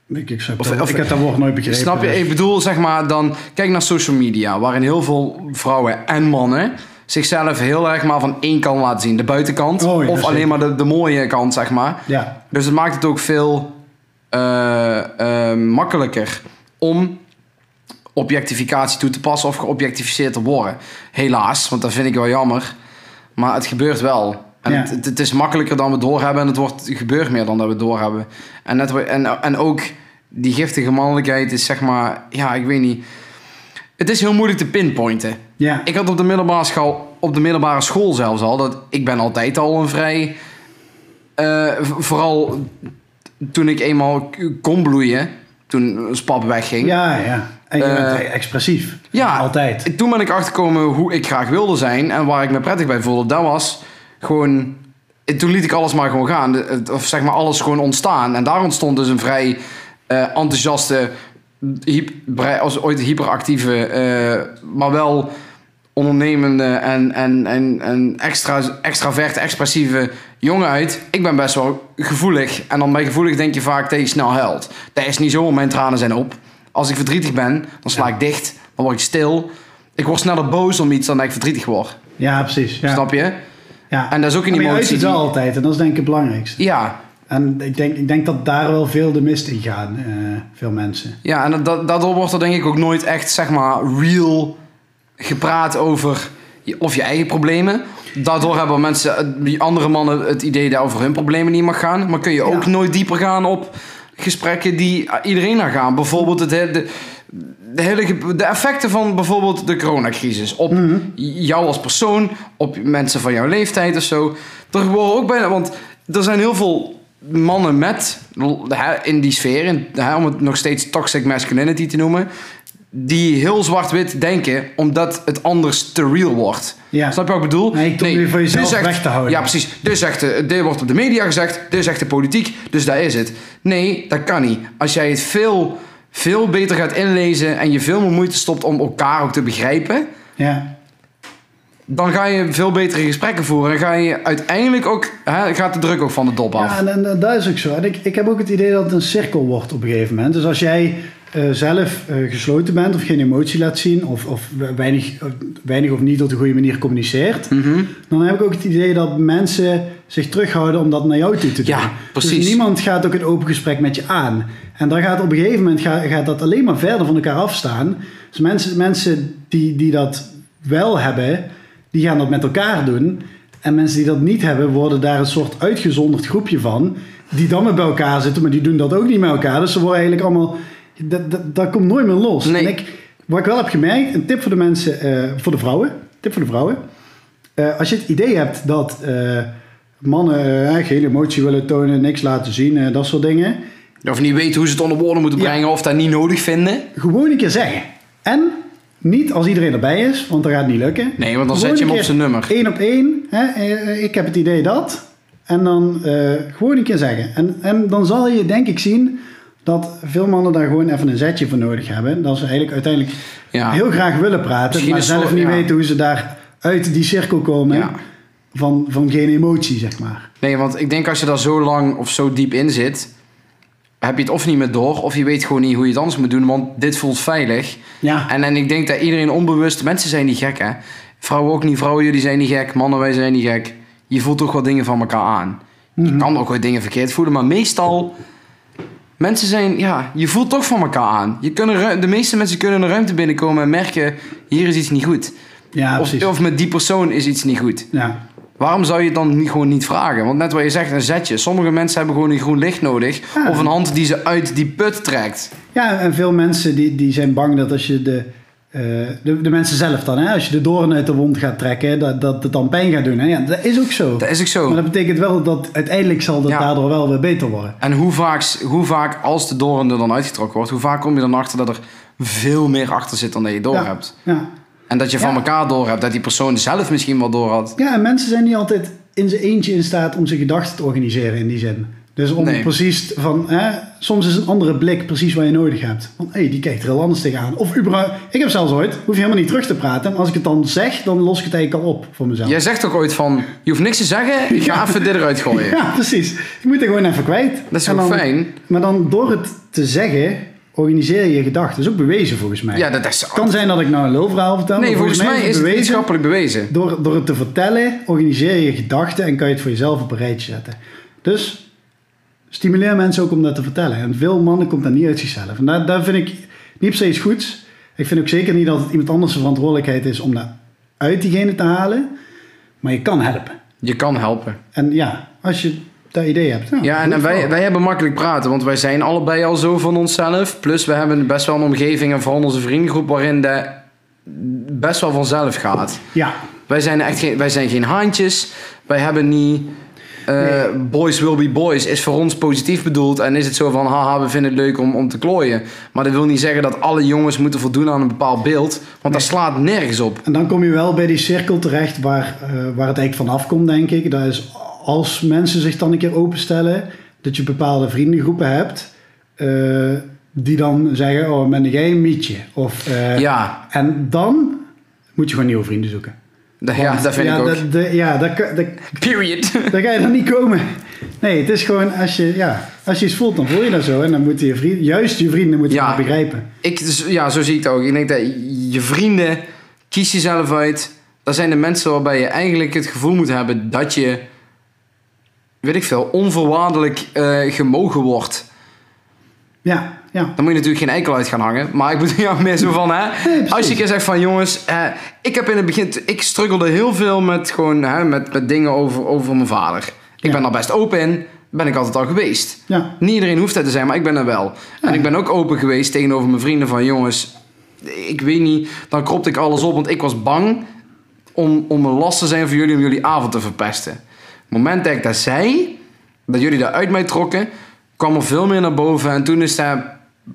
B: Ik, ik, snap
A: Of-
B: dat-
A: of-
B: ik heb dat woord nooit begrepen.
A: Snap je?
B: dus-
A: Ik bedoel, zeg maar, dan kijk naar social media, waarin heel veel vrouwen en mannen zichzelf heel erg maar van één kant laten zien. De buitenkant,
B: Oh, ja,
A: of alleen
B: zeker.
A: maar de, de mooie kant, zeg maar.
B: Ja,
A: Dus het maakt het ook veel eh, eh, makkelijker om objectificatie toe te passen of geobjectificeerd te worden. Helaas, want dat vind ik wel jammer. Maar het gebeurt wel. En
B: Ja.
A: het, het, het is makkelijker dan we doorhebben en het wordt, gebeurt meer dan dat we doorhebben. En, net, wa- en, en ook die giftige mannelijkheid is zeg maar, ja, ik weet niet. Het is heel moeilijk te pinpointen.
B: ja.
A: Ik had op de middelbare school, op de middelbare school zelfs al, dat ik ben altijd al een vrij, eh, v- vooral toen ik eenmaal k- kon bloeien, toen ons pap wegging.
B: ja, ja. En je
A: Eh,
B: bent expressief.
A: ja.
B: Altijd.
A: Toen ben ik achterkomen hoe ik graag wilde zijn en waar ik me prettig bij voelde. Dat was gewoon, en toen liet ik alles maar gewoon gaan, De- het- of zeg maar alles gewoon ontstaan. En daar ontstond dus een vrij eh, enthousiaste, hyp- brei- als ooit hyperactieve, eh, maar wel ondernemende en, en, en, en extra, extravert, expressieve jongen uit. Ik ben best wel gevoelig. En dan bij gevoelig denk je vaak dat je snel huilt. Dat is niet zo, want mijn tranen zijn op. Als ik verdrietig ben, dan sla ik dicht. Dan word ik stil. Ik word sneller boos om iets dan dat ik verdrietig word.
B: Ja, precies. Ja.
A: Snap je?
B: Ja.
A: En dat is ook een
B: Maar je uit
A: emotie.
B: het wel
A: die-
B: altijd. En dat is denk ik het belangrijkste.
A: Ja,
B: En ik denk, ik denk dat daar wel veel de mist in gaan. eh, veel mensen.
A: ja en dat, daardoor wordt er denk ik ook nooit echt, zeg maar, real gepraat over je- of je eigen problemen. Daardoor hebben mensen, eh, die andere mannen, het idee dat over hun problemen niet mag gaan. Maar kun je ook
B: Ja.
A: nooit dieper gaan op gesprekken die eh, iedereen naar gaan. Bijvoorbeeld het, he- de, de, hele, ge- de effecten van bijvoorbeeld de coronacrisis op jou als persoon, op mensen van jouw leeftijd of zo. Er worden ook bijna, want er zijn heel veel mannen met, hè, in die sfeer, in, hè, om het nog steeds toxic masculinity te noemen, die heel zwart-wit denken omdat het anders te real wordt.
B: Ja.
A: Snap je wat ik bedoel?
B: Nee, ik probeer voor
A: dit is
B: jezelf
A: echt-
B: weg te houden.
A: dus Ja, precies. Dit, is echt, eh, dit wordt op de media gezegd, dit is echt de politiek, dus daar is het. Nee, dat kan niet. Als jij het veel, veel beter gaat inlezen en je veel meer moeite stopt om elkaar ook te begrijpen,
B: Ja.
A: dan ga je veel betere gesprekken voeren. En ga je uiteindelijk ook, hè, gaat de druk ook van de dop af.
B: Ja, en, en, eh, dat is ook zo. En ik, ik heb ook het idee dat het een cirkel wordt op een gegeven moment. Dus als jij eh, zelf eh, gesloten bent of geen emotie laat zien, of, of we- weinig, of weinig of niet op de goede manier communiceert,
A: Mhm.
B: dan heb ik ook het idee dat mensen zich terughouden om dat naar jou toe te doen.
A: Ja, precies.
B: Dus niemand gaat ook een open gesprek met je aan. En dan gaat op een gegeven moment gaat, gaat dat alleen maar verder van elkaar afstaan. Dus mensen, mensen die, die dat wel hebben, die gaan dat met elkaar doen. En mensen die dat niet hebben, worden daar een soort uitgezonderd groepje van. Die dan weer bij elkaar zitten, maar die doen dat ook niet met elkaar. Dus ze worden eigenlijk allemaal... Dat, dat, dat komt nooit meer los.
A: Nee.
B: En ik, wat ik wel heb gemerkt, een tip voor de mensen, eh, voor de vrouwen. Tip voor de vrouwen. Eh, als je het idee hebt dat eh, mannen eh, geen emotie willen tonen, niks laten zien, eh, dat soort dingen.
A: Of niet weten hoe ze het onder woorden moeten
B: Ja.
A: brengen of dat niet nodig vinden.
B: Gewoon een keer zeggen. En niet als iedereen erbij is, want dat gaat niet lukken.
A: Nee, want dan
B: Gewoon
A: zet je hem
B: een
A: op
B: keer
A: zijn nummer.
B: Eén op één. Hè, eh, eh, ik heb het idee dat. En dan eh, gewoon een keer zeggen. En, en dan zal je denk ik zien dat veel mannen daar gewoon even een zetje voor nodig hebben. Dat ze eigenlijk uiteindelijk
A: Ja.
B: heel graag willen praten,
A: Misschien
B: maar
A: een soort-
B: zelf niet
A: ja.
B: weten hoe ze daar uit die cirkel komen
A: Ja.
B: van, van geen emotie, zeg maar.
A: Nee, want ik denk als je daar zo lang of zo diep in zit, heb je het of niet meer door, of je weet gewoon niet hoe je het anders moet doen, want dit voelt veilig.
B: Ja,
A: En, en ik denk dat iedereen onbewust, mensen zijn niet gek hè. Vrouwen ook niet, vrouwen jullie zijn niet gek, mannen wij zijn niet gek. Je voelt toch wel dingen van elkaar aan.
B: Mhm.
A: Je kan ook wel dingen verkeerd voelen, maar meestal, mensen zijn, ja, je voelt toch van elkaar aan. Je kunt een ru- de meeste mensen kunnen een ruimte binnenkomen en merken, hier is iets niet goed.
B: ja
A: of,
B: precies.
A: of met die persoon is iets niet goed.
B: Ja.
A: Waarom zou je het dan niet, gewoon niet vragen? Want net wat je zegt, een zetje. Sommige mensen hebben gewoon een groen licht nodig.
B: Ja.
A: Of een hand die ze uit die put trekt.
B: ja, en veel mensen die, die zijn bang dat als je de, eh, de, de mensen zelf dan, hè, als je de doorn uit de wond gaat trekken, dat, dat het dan pijn gaat doen. Hè? Ja, dat is ook zo.
A: Dat is ook
B: Maar
A: zo.
B: dat betekent wel dat uiteindelijk zal dat
A: Ja.
B: daardoor wel weer beter worden.
A: En hoe vaak, hoe vaak, als de doorn er dan uitgetrokken wordt, hoe vaak kom je dan achter dat er veel meer achter zit dan dat je door
B: ja.
A: hebt?
B: Ja.
A: En dat je van
B: Ja.
A: elkaar door hebt, dat die persoon zelf misschien wel door had.
B: ja, en mensen zijn niet altijd in zijn eentje in staat om zijn gedachten te organiseren in die zin. Dus om
A: Nee.
B: precies van, hè, soms is een andere blik precies wat je nodig hebt. Van, hé, die kijkt er heel anders tegenaan. Of überhaupt, ik heb zelfs ooit, hoef je helemaal niet terug te praten, maar als ik het dan zeg, dan los ik het eigenlijk al op voor mezelf.
A: Jij zegt ook ooit van, je hoeft niks te zeggen, ik ga even dit eruit gooien.
B: [LAUGHS] Ja, precies. Ik moet er gewoon even kwijt.
A: Dat is
B: En
A: ook
B: dan-
A: fijn.
B: Maar dan door het te zeggen, organiseer je je gedachten. Dat is ook bewezen volgens mij.
A: Ja, dat is...
B: Het kan zijn dat ik nou een lulverhaal vertel.
A: Nee,
B: maar
A: volgens mij is het
B: bewezen.
A: wetenschappelijk bewezen.
B: Door, door het te vertellen, organiseer je je gedachten en kan je het voor jezelf op een rijtje zetten. Dus stimuleer mensen ook om dat te vertellen. En veel mannen komt dat niet uit zichzelf. En daar, daar vind ik niet per se iets goeds. Ik vind ook zeker niet dat het iemand anders' verantwoordelijkheid is om dat uit diegene te halen. Maar je kan helpen.
A: Je kan helpen.
B: En ja, als je dat idee hebt. nou,
A: Ja, en,
B: goed
A: en wij,
B: voor.
A: wij hebben makkelijk praten, want wij zijn allebei al zo van onszelf. Plus we hebben best wel een omgeving en vooral onze vriendengroep waarin dat best wel vanzelf gaat.
B: Ja,
A: Wij zijn echt geen, wij zijn geen haantjes. Wij hebben niet. eh, Boys will be boys is voor ons positief bedoeld. En is het zo van, haha, we vinden het leuk om, om te klooien. Maar dat wil niet zeggen dat alle jongens moeten voldoen aan een bepaald beeld. Want dat slaat nergens op.
B: en dan kom je wel bij die cirkel terecht waar, eh, waar het eigenlijk vanaf komt, denk ik. Dat is als mensen zich dan een keer openstellen, dat je bepaalde vriendengroepen hebt, eh, die dan zeggen: Oh, ben jij een mietje? Of, eh,
A: Ja,
B: En dan moet je gewoon nieuwe vrienden zoeken.
A: dat, ja,
B: Want,
A: dat vind ik ook.
B: dat- de- ja, daar, kan- daar,
A: Period.
B: daar ga je dan niet komen. Nee, het is gewoon als je, ja, als je iets voelt, dan voel je dat zo. En dan moeten je vrienden, juist je vrienden moeten
A: Ja.
B: dat begrijpen.
A: ik, dus, ja, zo zie ik het ook. Ik denk dat je vrienden, kies jezelf uit. Dat zijn de mensen waarbij je eigenlijk het gevoel moet hebben dat je, weet ik veel, onvoorwaardelijk eh, gemogen wordt.
B: Ja, ja.
A: Dan moet je natuurlijk geen enkel uit gaan hangen. Maar ik bedoel [LAUGHS] ja, meer zo van,
B: [LAUGHS]
A: hè.
B: precies.
A: als je een keer zegt van, jongens, eh, ik heb in het begin, ik struggelde heel veel met gewoon, hè, met, met dingen over, over mijn vader. Ik
B: Ja.
A: ben daar best open in, ben ik altijd al geweest.
B: ja.
A: Niet iedereen hoeft dat te zijn, maar ik ben er wel. En ik ben ook open geweest tegenover mijn vrienden van, jongens, ik weet niet, dan kropte ik alles op, want ik was bang om, om een last te zijn voor jullie, om jullie avond te verpesten. Het moment dat ik dat zei, dat jullie dat uit mij trokken, kwam er veel meer naar boven en toen is dat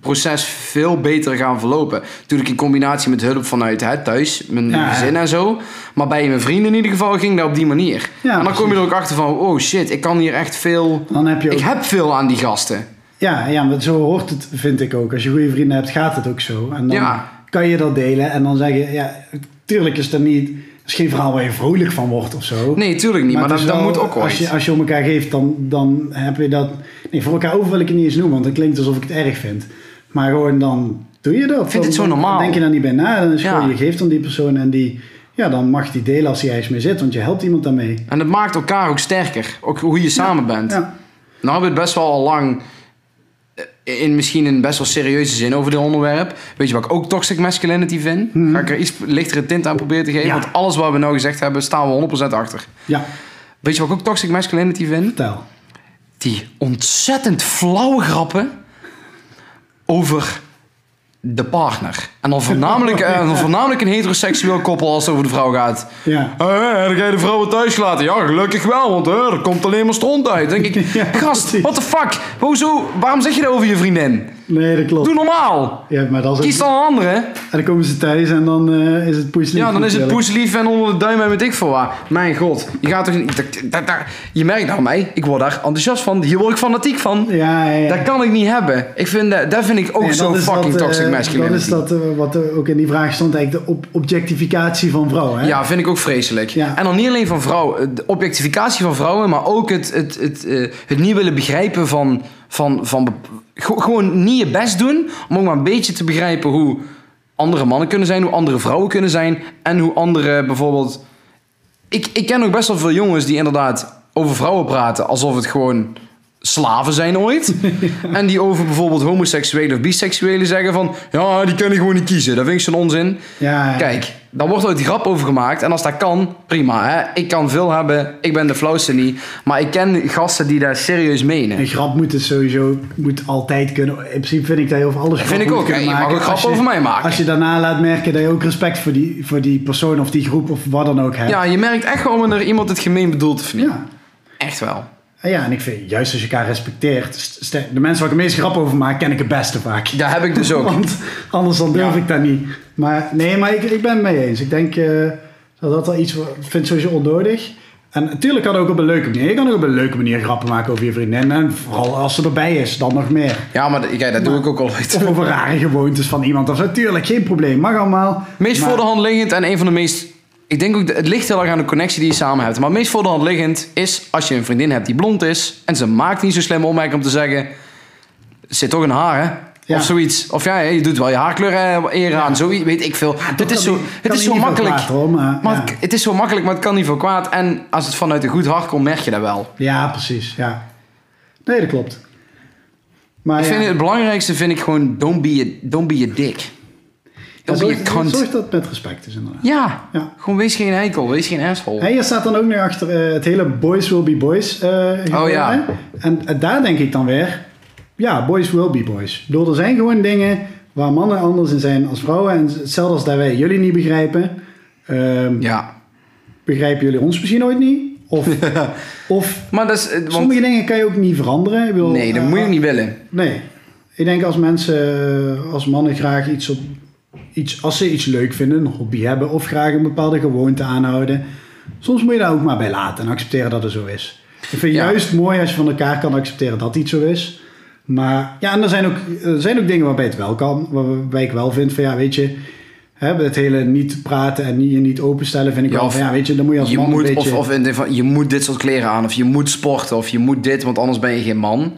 A: proces veel beter gaan verlopen. Natuurlijk in combinatie met hulp vanuit hè, thuis, mijn
B: Ja, ja.
A: gezin en zo. Maar bij mijn vrienden in ieder geval ging dat op die manier.
B: Ja,
A: en dan kom je
B: precies.
A: er ook achter van, oh shit, ik kan hier echt veel...
B: Dan heb je ook
A: Ik heb veel aan die gasten.
B: Ja, ja, maar zo hoort het, vind ik ook. Als je goede vrienden hebt, gaat het ook zo. En dan
A: Ja.
B: kan je dat delen en dan zeg je, ja, tuurlijk is dat niet, is geen verhaal waar je vrolijk van wordt of zo.
A: Nee, tuurlijk niet, maar,
B: het
A: dat,
B: is
A: dat
B: wel-
A: moet ook ooit.
B: Als je, als je om elkaar geeft, dan, dan heb je dat. Nee, voor elkaar over wil ik het niet eens noemen, want het klinkt alsof ik het erg vind. Maar gewoon dan doe je dat.
A: Ik vind het zo
B: Dan- dan
A: normaal.
B: Denk je daar niet bij na. Dan is
A: Ja.
B: gewoon, je geeft dan die persoon en die, ja, dan mag die delen als hij ergens mee zit, want je helpt iemand daarmee.
A: En dat maakt elkaar ook sterker. Ook hoe je samen bent.
B: Ja.
A: Nou hebben we het best wel al lang... eh, In misschien een best wel serieuze zin over dit onderwerp. Weet je wat ik ook toxic masculinity vind? Ga ik er iets lichtere tint aan proberen te geven?
B: Mhm. Ja.
A: Want alles wat we nou gezegd hebben, staan we 100% achter.
B: ja,
A: Weet je wat ik ook toxic masculinity vind?
B: vertel.
A: Die ontzettend flauwe grappen over de partner. En
B: [LAUGHS]
A: dan voornamelijk, eh, dan voornamelijk een heteroseksueel koppel als het over de vrouw gaat.
B: Ja.
A: Hé, hé, Eh, dan ga je de vrouwen thuis laten. Ja, gelukkig wel, want hè, er komt alleen maar stront uit. Dan denk ik,
B: [LAUGHS] Ja,
A: gast,
B: precies.
A: what the fuck? Hoezo, waarom zeg je dat over je vriendin?
B: Nee, dat klopt.
A: Doe normaal.
B: Ja, maar dat is
A: Kies dan een andere.
B: En dan komen ze thuis en dan eh, is het poeslief.
A: Ja, dan is het
B: natuurlijk.
A: poeslief en onder de duim en weet ik veel waar. Mijn god, je gaat toch niet... dat- dat- dat- Je merkt aan mij, ik word daar enthousiast van. Hier word ik fanatiek van.
B: Ja, ja, ja.
A: Dat kan ik niet hebben. Ik vind dat, dat vind ik ook
B: Nee,
A: zo
B: dat is
A: fucking
B: dat, eh,
A: toxic masculinity.
B: Dat is dat eh, wat er ook in die vraag stond, eigenlijk de ob- objectificatie van vrouwen. Hè?
A: Ja, vind ik ook vreselijk.
B: Ja.
A: En dan niet alleen van vrouwen, de objectificatie van vrouwen, maar ook het, het, het, eh, het niet willen begrijpen van. van, van bep- go- gewoon niet je best doen om ook maar een beetje te begrijpen hoe andere mannen kunnen zijn, hoe andere vrouwen kunnen zijn en hoe andere bijvoorbeeld. Ik, ik ken ook best wel veel jongens die inderdaad over vrouwen praten alsof het gewoon slaven
B: [LAUGHS]
A: zijn ooit. En die over bijvoorbeeld homoseksuelen of biseksuelen zeggen van... Ja, die kunnen gewoon niet kiezen. Dat vind ik zo'n onzin.
B: Ja, ja.
A: Kijk, daar wordt ooit die grap over gemaakt. En als dat kan, prima. Hè? Ik kan veel hebben. Ik ben de flauwste niet. Maar ik ken gasten die daar serieus menen.
B: Een grap moet het sowieso moet altijd kunnen. In principe vind ik dat je over alles grap
A: vind ik
B: moet
A: ook,
B: kunnen
A: hè. Je mag
B: maken.
A: ook grap
B: Als je-
A: over mij maken.
B: Als je daarna laat merken dat je ook respect voor die, voor die persoon of die groep of wat dan ook hebt.
A: Ja, je merkt echt wel wanneer iemand het gemeen bedoelt of niet.
B: ja.
A: Echt wel.
B: En ja, en ik vind juist als je elkaar respecteert, st- st- de mensen waar ik het meest grap over maak, ken ik het beste vaak.
A: Daar heb ik
B: [LAUGHS]
A: dus ook.
B: Want anders dan durf
A: Ja.
B: ik dat niet. Maar nee, maar ik, ik ben het mee eens. Ik denk eh, dat dat wel iets... wa- Ik vind het sowieso onnodig. En natuurlijk kan ook op een leuke manier. Je kan ook op een leuke manier grappen maken over je vriendin. En vooral als ze erbij is, dan nog
A: [LAUGHS]
B: meer.
A: Ja, maar d- ja, dat doe ik ook altijd.
B: Of over rare gewoontes van iemand. Of natuurlijk, geen probleem. Mag allemaal.
A: Meest
B: Maar-
A: voor de hand liggend en een van de meest... Ik denk ook, de- het ligt heel erg aan de connectie die je samen hebt. Maar het meest voor de hand liggend is als je een vriendin hebt die blond is... en ze maakt niet zo slim opmerking om te zeggen... "Het zit toch een haar, hè?
B: Ja.
A: Of zoiets. Of ja, je doet wel je haarkleur eh, eer aan. Zoiets, weet ik veel.
B: dat
A: het is
B: kan
A: zo,
B: niet- kan
A: het is
B: niet
A: zo
B: veel
A: makkelijk.
B: kwaad, hoor, maar,
A: Maar
B: ja.
A: het, het is zo makkelijk, maar het kan niet veel kwaad. En als het vanuit een goed hart komt, merk je dat wel.
B: Ja, precies. Ja. Nee, dat klopt. Maar
A: Ik
B: Ah, ja,
A: vind het, het belangrijkste vind ik gewoon... Don't be a, don't be a dick.
B: ja,
A: Don't be a
B: zorg,
A: cunt.
B: zorg dat het met respect is inderdaad.
A: Ja.
B: Ja.
A: Gewoon wees geen heikel. Wees geen asshole.
B: En je staat dan ook nu achter eh, het hele boys will be boys. eh, gebeuren.
A: Oh ja.
B: En eh, daar denk ik dan weer, ja, boys will be boys. Ik bedoel, er zijn gewoon dingen waar mannen anders in zijn als vrouwen. En hetzelfde als dat wij jullie niet begrijpen. ehm,
A: Ja.
B: Begrijpen jullie ons misschien ooit niet?
A: [LAUGHS]
B: Of, of
A: Maar dat is... eh, Want,
B: sommige dingen kan je ook niet veranderen. Ik bedoel,
A: nee, dat
B: eh,
A: moet je niet willen.
B: Nee. Ik denk als mensen, eh, als mannen graag iets op. Iets, als ze iets leuk vinden, een hobby hebben of graag een bepaalde gewoonte aanhouden. Soms moet je daar ook maar bij laten en accepteren dat het zo is. Ik vind het
A: Ja.
B: juist mooi als je van elkaar kan accepteren dat iets zo is. Maar ja, en er zijn ook, er zijn ook dingen waarbij het wel kan. Waarbij ik wel vind van ja, weet je. Hè, het hele niet praten en niet, je niet openstellen vind ik
A: Ja,
B: wel
A: of
B: van ja, weet je. Dan moet je als
A: Je
B: man
A: moet,
B: een
A: of,
B: beetje...
A: of in de, van, je moet dit soort kleren aan. Of je moet sporten. Of je moet dit, want anders ben je geen man.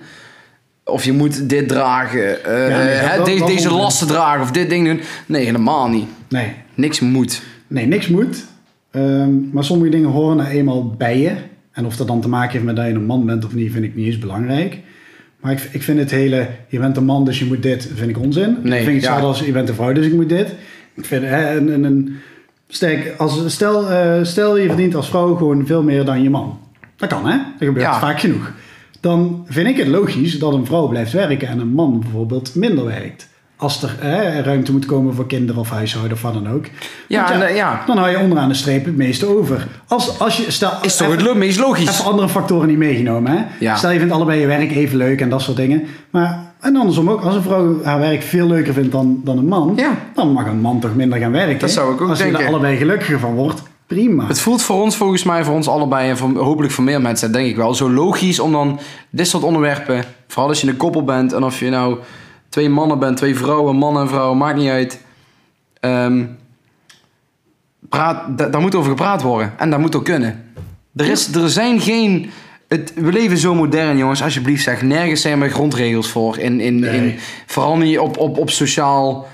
A: Of je moet dit dragen. eh,
B: Ja, nee,
A: eh,
B: dat-
A: hè,
B: dat-
A: de-
B: dat
A: deze
B: onzin.
A: lasten dragen. Of dit ding doen. Nee, helemaal niet.
B: Nee,
A: Niks moet.
B: Nee, niks moet. Ehm, maar sommige dingen horen nou eenmaal bij je. En of dat dan te maken heeft met dat je een man bent of niet, vind ik niet eens belangrijk. Maar ik, ik vind het hele, je bent een man, dus je moet dit, vind ik onzin.
A: Nee,
B: ik vind het
A: ja.
B: hetzelfde als, je bent een vrouw, dus ik moet dit. Ik vind, hè, een, een, een, sterk, als, stel, eh, stel je verdient als vrouw gewoon veel meer dan je man. Dat kan, hè? Dat gebeurt
A: Ja.
B: vaak genoeg. Dan vind ik het logisch dat een vrouw blijft werken en een man bijvoorbeeld minder werkt. Als er hè, ruimte moet komen voor kinderen of huishouden of wat dan ook.
A: Ja,
B: Want
A: en, eh, ja.
B: dan hou je onderaan de streep het meeste over. Als, als je, stel,
A: Is toch
B: even,
A: het lo- meest logisch?
B: even andere factoren niet meegenomen. Hè?
A: Ja.
B: Stel, je vindt allebei je werk even leuk en dat soort dingen. Maar, en andersom ook, als een vrouw haar werk veel leuker vindt dan, dan een man,
A: Ja.
B: dan mag een man toch minder gaan werken.
A: Dat zou ik ook
B: Als je
A: denken.
B: er allebei gelukkiger van wordt, prima.
A: Het voelt voor ons, volgens mij, voor ons allebei en voor, hopelijk voor meer mensen, denk ik wel, zo logisch om dan dit soort onderwerpen, vooral als je een koppel bent en of je nou twee mannen bent, twee vrouwen, man en vrouw, maakt niet uit. Ehm, praat, da- daar moet over gepraat worden en daar moet ook kunnen. Er, is, er zijn geen. Het, we leven zo modern, jongens, alsjeblieft zeg. Nergens zijn er grondregels voor. In, in, in,
B: Nee.
A: vooral niet op, op, op sociaal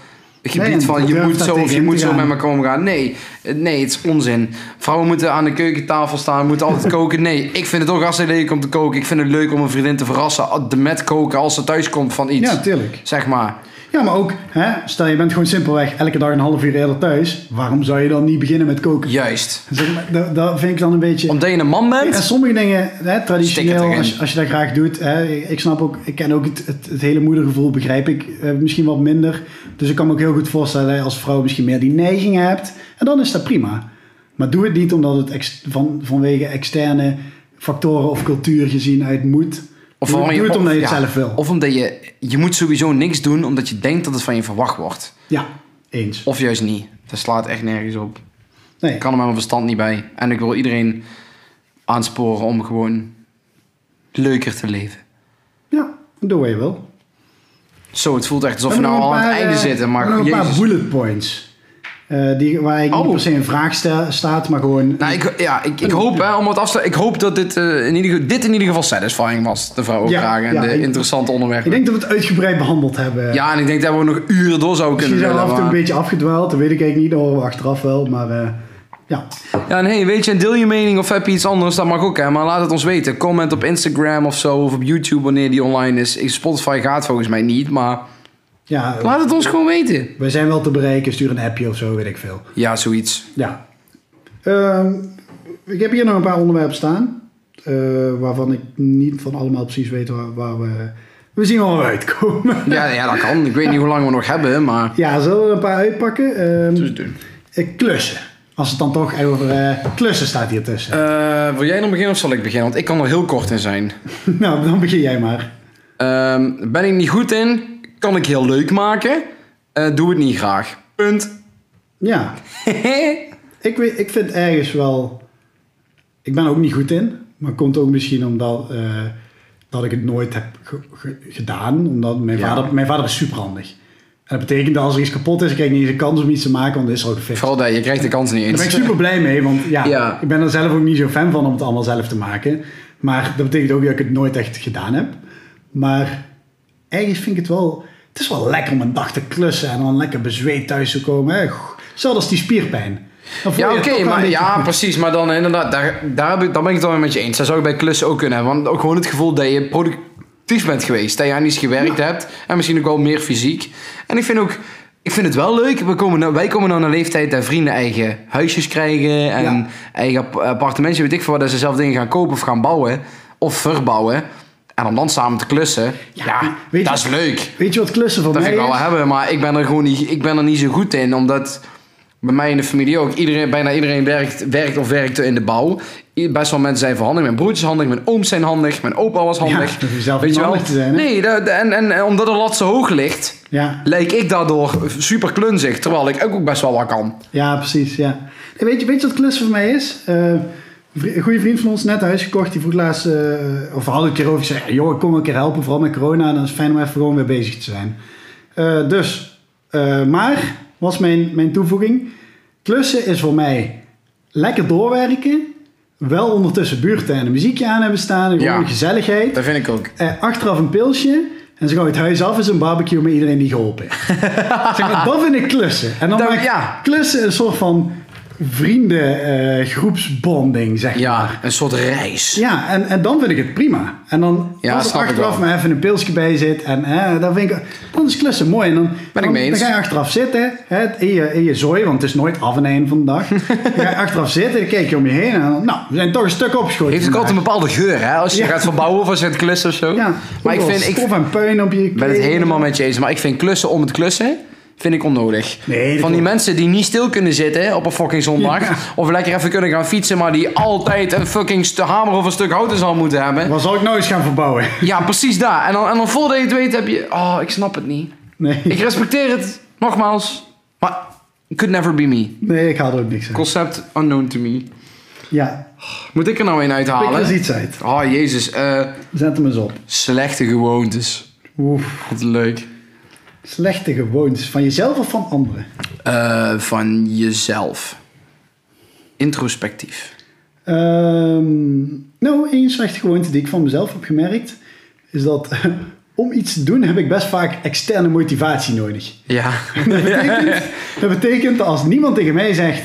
A: gebied
B: Nee,
A: van
B: je
A: je
B: durft
A: moet
B: daar
A: zo of je
B: tegenin
A: moet
B: te
A: zo
B: gaan.
A: met elkaar omgaan. Nee, eh, nee, het is onzin. Vrouwen moeten aan de keukentafel staan, moeten altijd koken. Nee, ik vind het ook hartstikke leuk om te koken. Ik vind het leuk om een vriendin te verrassen. ah, De met koken als ze thuis komt van iets.
B: Ja, tuurlijk.
A: Zeg maar.
B: Ja, maar ook, hè, stel je bent gewoon simpelweg elke dag een half uur eerder thuis. Waarom zou je dan niet beginnen met koken?
A: Juist.
B: Zeg maar, dat, dat vind ik dan een beetje...
A: Omdat je een man
B: En
A: bent.
B: sommige dingen, hè,
A: Stik het
B: traditioneel,
A: erin.
B: als, als je dat graag doet. Hè, ik snap ook, ik ken ook het, het, het hele moedergevoel, begrijp ik eh, misschien wat minder. Dus ik kan me ook heel goed voorstellen dat je als vrouw misschien meer die neiging hebt. En dan is dat prima. Maar doe het niet omdat het ex- van, vanwege externe factoren of cultuur gezien uit moet. doe,
A: waarom
B: doe het omdat je
A: of-
B: het
A: ja,
B: zelf wil.
A: Of omdat je... Je moet sowieso niks doen omdat je denkt dat het van je verwacht wordt.
B: ja, eens.
A: Of juist niet. Dat slaat echt nergens op.
B: Nee.
A: Ik kan er met mijn verstand niet bij. En ik wil iedereen aansporen om gewoon leuker te leven.
B: Ja, doe wat je wil.
A: Zo, het voelt echt alsof
B: We
A: we
B: hebben
A: nou
B: nog
A: al
B: een
A: aan het
B: paar,
A: einde
B: eh,
A: zitten.
B: we hebben
A: Maar
B: nog een paar
A: jezus.
B: bullet points. eh, die, waar ik
A: Oh.
B: niet per se een vraag sta- staat, maar gewoon...
A: Nou, ik, ja, ik, ik hoop, hè, om het af te, ik hoop dat dit, eh, in ieder, geval- dit in ieder geval satisfying was. De vrouwen
B: Ja,
A: vragen en
B: ja,
A: de
B: ik-
A: interessante
B: Ik
A: onderwerpen.
B: denk dat we het uitgebreid behandeld hebben.
A: ja, en ik denk dat we nog uren door zouden
B: Misschien
A: kunnen
B: zijn we af en toe
A: willen.
B: een
A: maar-
B: beetje afgedwaald. Dat weet ik eigenlijk niet. Dat horen we achteraf wel. Maar eh, ja.
A: Ja, en hey, weet je, en deel je mening of heb je iets anders, dat mag ook, hè. Maar laat het ons weten. Comment op Instagram of zo, of op YouTube wanneer die online is. Ik- Spotify gaat volgens mij niet, maar
B: ja
A: laat het ons gewoon weten.
B: we zijn wel te bereiken. Stuur een appje of zo, weet ik veel.
A: Ja, zoiets.
B: Ja. Ehm, ik heb hier nog een paar onderwerpen staan. eh, waarvan ik niet van allemaal precies weet waar, waar we... We zien wel waar we uitkomen.
A: Ja, ja, dat kan. Ik weet niet hoe lang we nog hebben, maar...
B: Ja, zullen we er een paar uitpakken? Ehm, eh, klussen. Als het dan toch over... eh, klussen staat hier tussen.
A: Eh, wil jij dan beginnen of zal ik beginnen? Want ik kan er heel kort in zijn.
B: [LAUGHS] nou, dan begin jij maar.
A: Ehm, ben ik niet goed in? Kan ik heel leuk maken? Eh, doe het niet graag. Punt. [LAUGHS]
B: Ja. Ik, weet, ik vind ergens wel ik ben er ook niet goed in. Maar komt ook misschien omdat eh, dat ik het nooit heb ge- ge- gedaan. Omdat mijn,
A: Ja.
B: vader, mijn vader is superhandig. En dat betekent dat als er iets kapot is, krijg ik niet eens een kans om iets te maken, want het is er ook gefixt.
A: Vooral dat, je krijgt de kans niet
B: Daar ben ik
A: eens.
B: super blij mee, want ja,
A: Ja.
B: ik ben er zelf ook niet zo fan van om het allemaal zelf te maken. Maar dat betekent ook dat ik het nooit echt gedaan heb. Maar ergens vind ik het wel... Het is wel lekker om een dag te klussen en dan lekker bezweet thuis te komen. Hè. Goh, Hetzelfde als die spierpijn. Dan voel
A: Ja,
B: je het
A: oké,
B: toch wel een
A: maar
B: beetje
A: ja,
B: goed.
A: precies. Maar dan inderdaad, daar, daar heb ik, dan ben ik het wel met je eens. Dat zou ik bij klussen ook kunnen hebben. Want ook gewoon het gevoel dat je productief bent geweest. Dat je aan iets gewerkt hebt. En misschien ook wel meer fysiek. En ik vind ook, ik vind het wel leuk. We komen, nou- wij komen dan een leeftijd dat vrienden eigen huisjes krijgen. En
B: Ja.
A: eigen app- appartementjes, weet ik veel wat. Dat ze zelf dingen gaan kopen of gaan bouwen. Of verbouwen. En om dan samen te klussen. Ja,
B: weet je-
A: dat is leuk.
B: Weet je wat klussen voor
A: Dat
B: mij
A: vind ik wel
B: is?
A: hebben, maar ik ben er gewoon niet, ik ben er niet zo goed in. Omdat bij mij in de familie ook iedereen, bijna iedereen werkt, werkt of werkte in de bouw. I- Best wel mensen zijn verhandig. Mijn broertjes handig, mijn ooms zijn handig, mijn opa was handig.
B: Ja, dat [LAUGHS] hoef je zelf niet handig te zijn, hè?
A: Nee, dat- en, en, en omdat de lat zo hoog ligt,
B: Ja,
A: lijk ik daardoor super klunzig. Terwijl ik ook best wel wat kan.
B: ja precies. Ja. Nee, weet, je, weet je wat klussen voor mij is? Eh, vri- een goede vriend van ons, net huis gekocht, die vroeg laatst, eh, of we hadden het een keer over, die zei, "Ja, joh, ik kom een keer helpen, vooral met corona, dan is het fijn om even gewoon weer bezig te zijn. Eh, dus, eh, maar, was mijn, mijn toevoeging, klussen is voor mij lekker doorwerken, wel ondertussen buurten en een muziekje aan hebben staan, en gewoon
A: Ja.
B: een gezelligheid.
A: Dat vind ik ook.
B: Eh, achteraf een pilsje. En zo gauw het huis af is een barbecue met iedereen die geholpen heeft.
A: [LAUGHS]
B: zeg maar, dat vind ik klussen. En dan
A: Dat-
B: maakt
A: ja.
B: klussen een soort van vriendengroepsbonding, zeg
A: Ja,
B: maar.
A: een soort reis.
B: Ja, en, en dan vind ik het prima. En dan
A: Ja,
B: als er
A: snap ik
B: achteraf
A: wel.
B: maar even een pilsje bij zit. En eh, dan vind ik, dan is klussen mooi. En dan,
A: Ben ik
B: dan,
A: mee
B: dan
A: eens.
B: ga je achteraf zitten hè, in, je, in je zooi, want het is nooit af en eind van de
A: [LAUGHS]
B: dag. dan ga je achteraf zitten, dan kijk je om je heen. En dan, nou, we zijn toch een stuk opgeschoten.
A: Heeft ook
B: vandaag.
A: altijd een bepaalde geur, hè? Als je
B: Ja.
A: gaat verbouwen of als je gaat klussen of zo.
B: Ja,
A: maar ik vind, ik,
B: stof en puin op je
A: Ik ben het
B: kleding.
A: helemaal met je eens. Maar ik vind klussen om het klussen vind ik onnodig.
B: Nee, dat
A: Van die
B: klopt.
A: mensen die niet stil kunnen zitten op een fucking zondag.
B: Ja.
A: Of lekker even kunnen gaan fietsen, maar die altijd een fucking st- hamer of een stuk hout in zal moeten hebben.
B: Wat zal ik nou eens gaan verbouwen? [LAUGHS]
A: Ja, precies daar. En dan, en dan voordat je het weet heb je... Oh, ik snap het niet.
B: Nee,
A: Ik respecteer het, nogmaals. Maar it could never be me.
B: nee ik haal er ook niks uit.
A: Concept unknown to me.
B: Ja,
A: Moet ik er nou een
B: pik er eens
A: uithalen?
B: iets uit.
A: Oh, jezus. eh,
B: Zet hem eens op.
A: slechte gewoontes.
B: Oef.
A: Wat leuk.
B: Slechte gewoontes. Van jezelf of van anderen?
A: Eh, van jezelf. Introspectief.
B: Ehm, nou, één slechte gewoonte die ik van mezelf heb gemerkt... is dat [LAUGHS] om iets te doen heb ik best vaak externe motivatie nodig.
A: Ja.
B: Dat betekent, dat betekent dat als niemand tegen mij zegt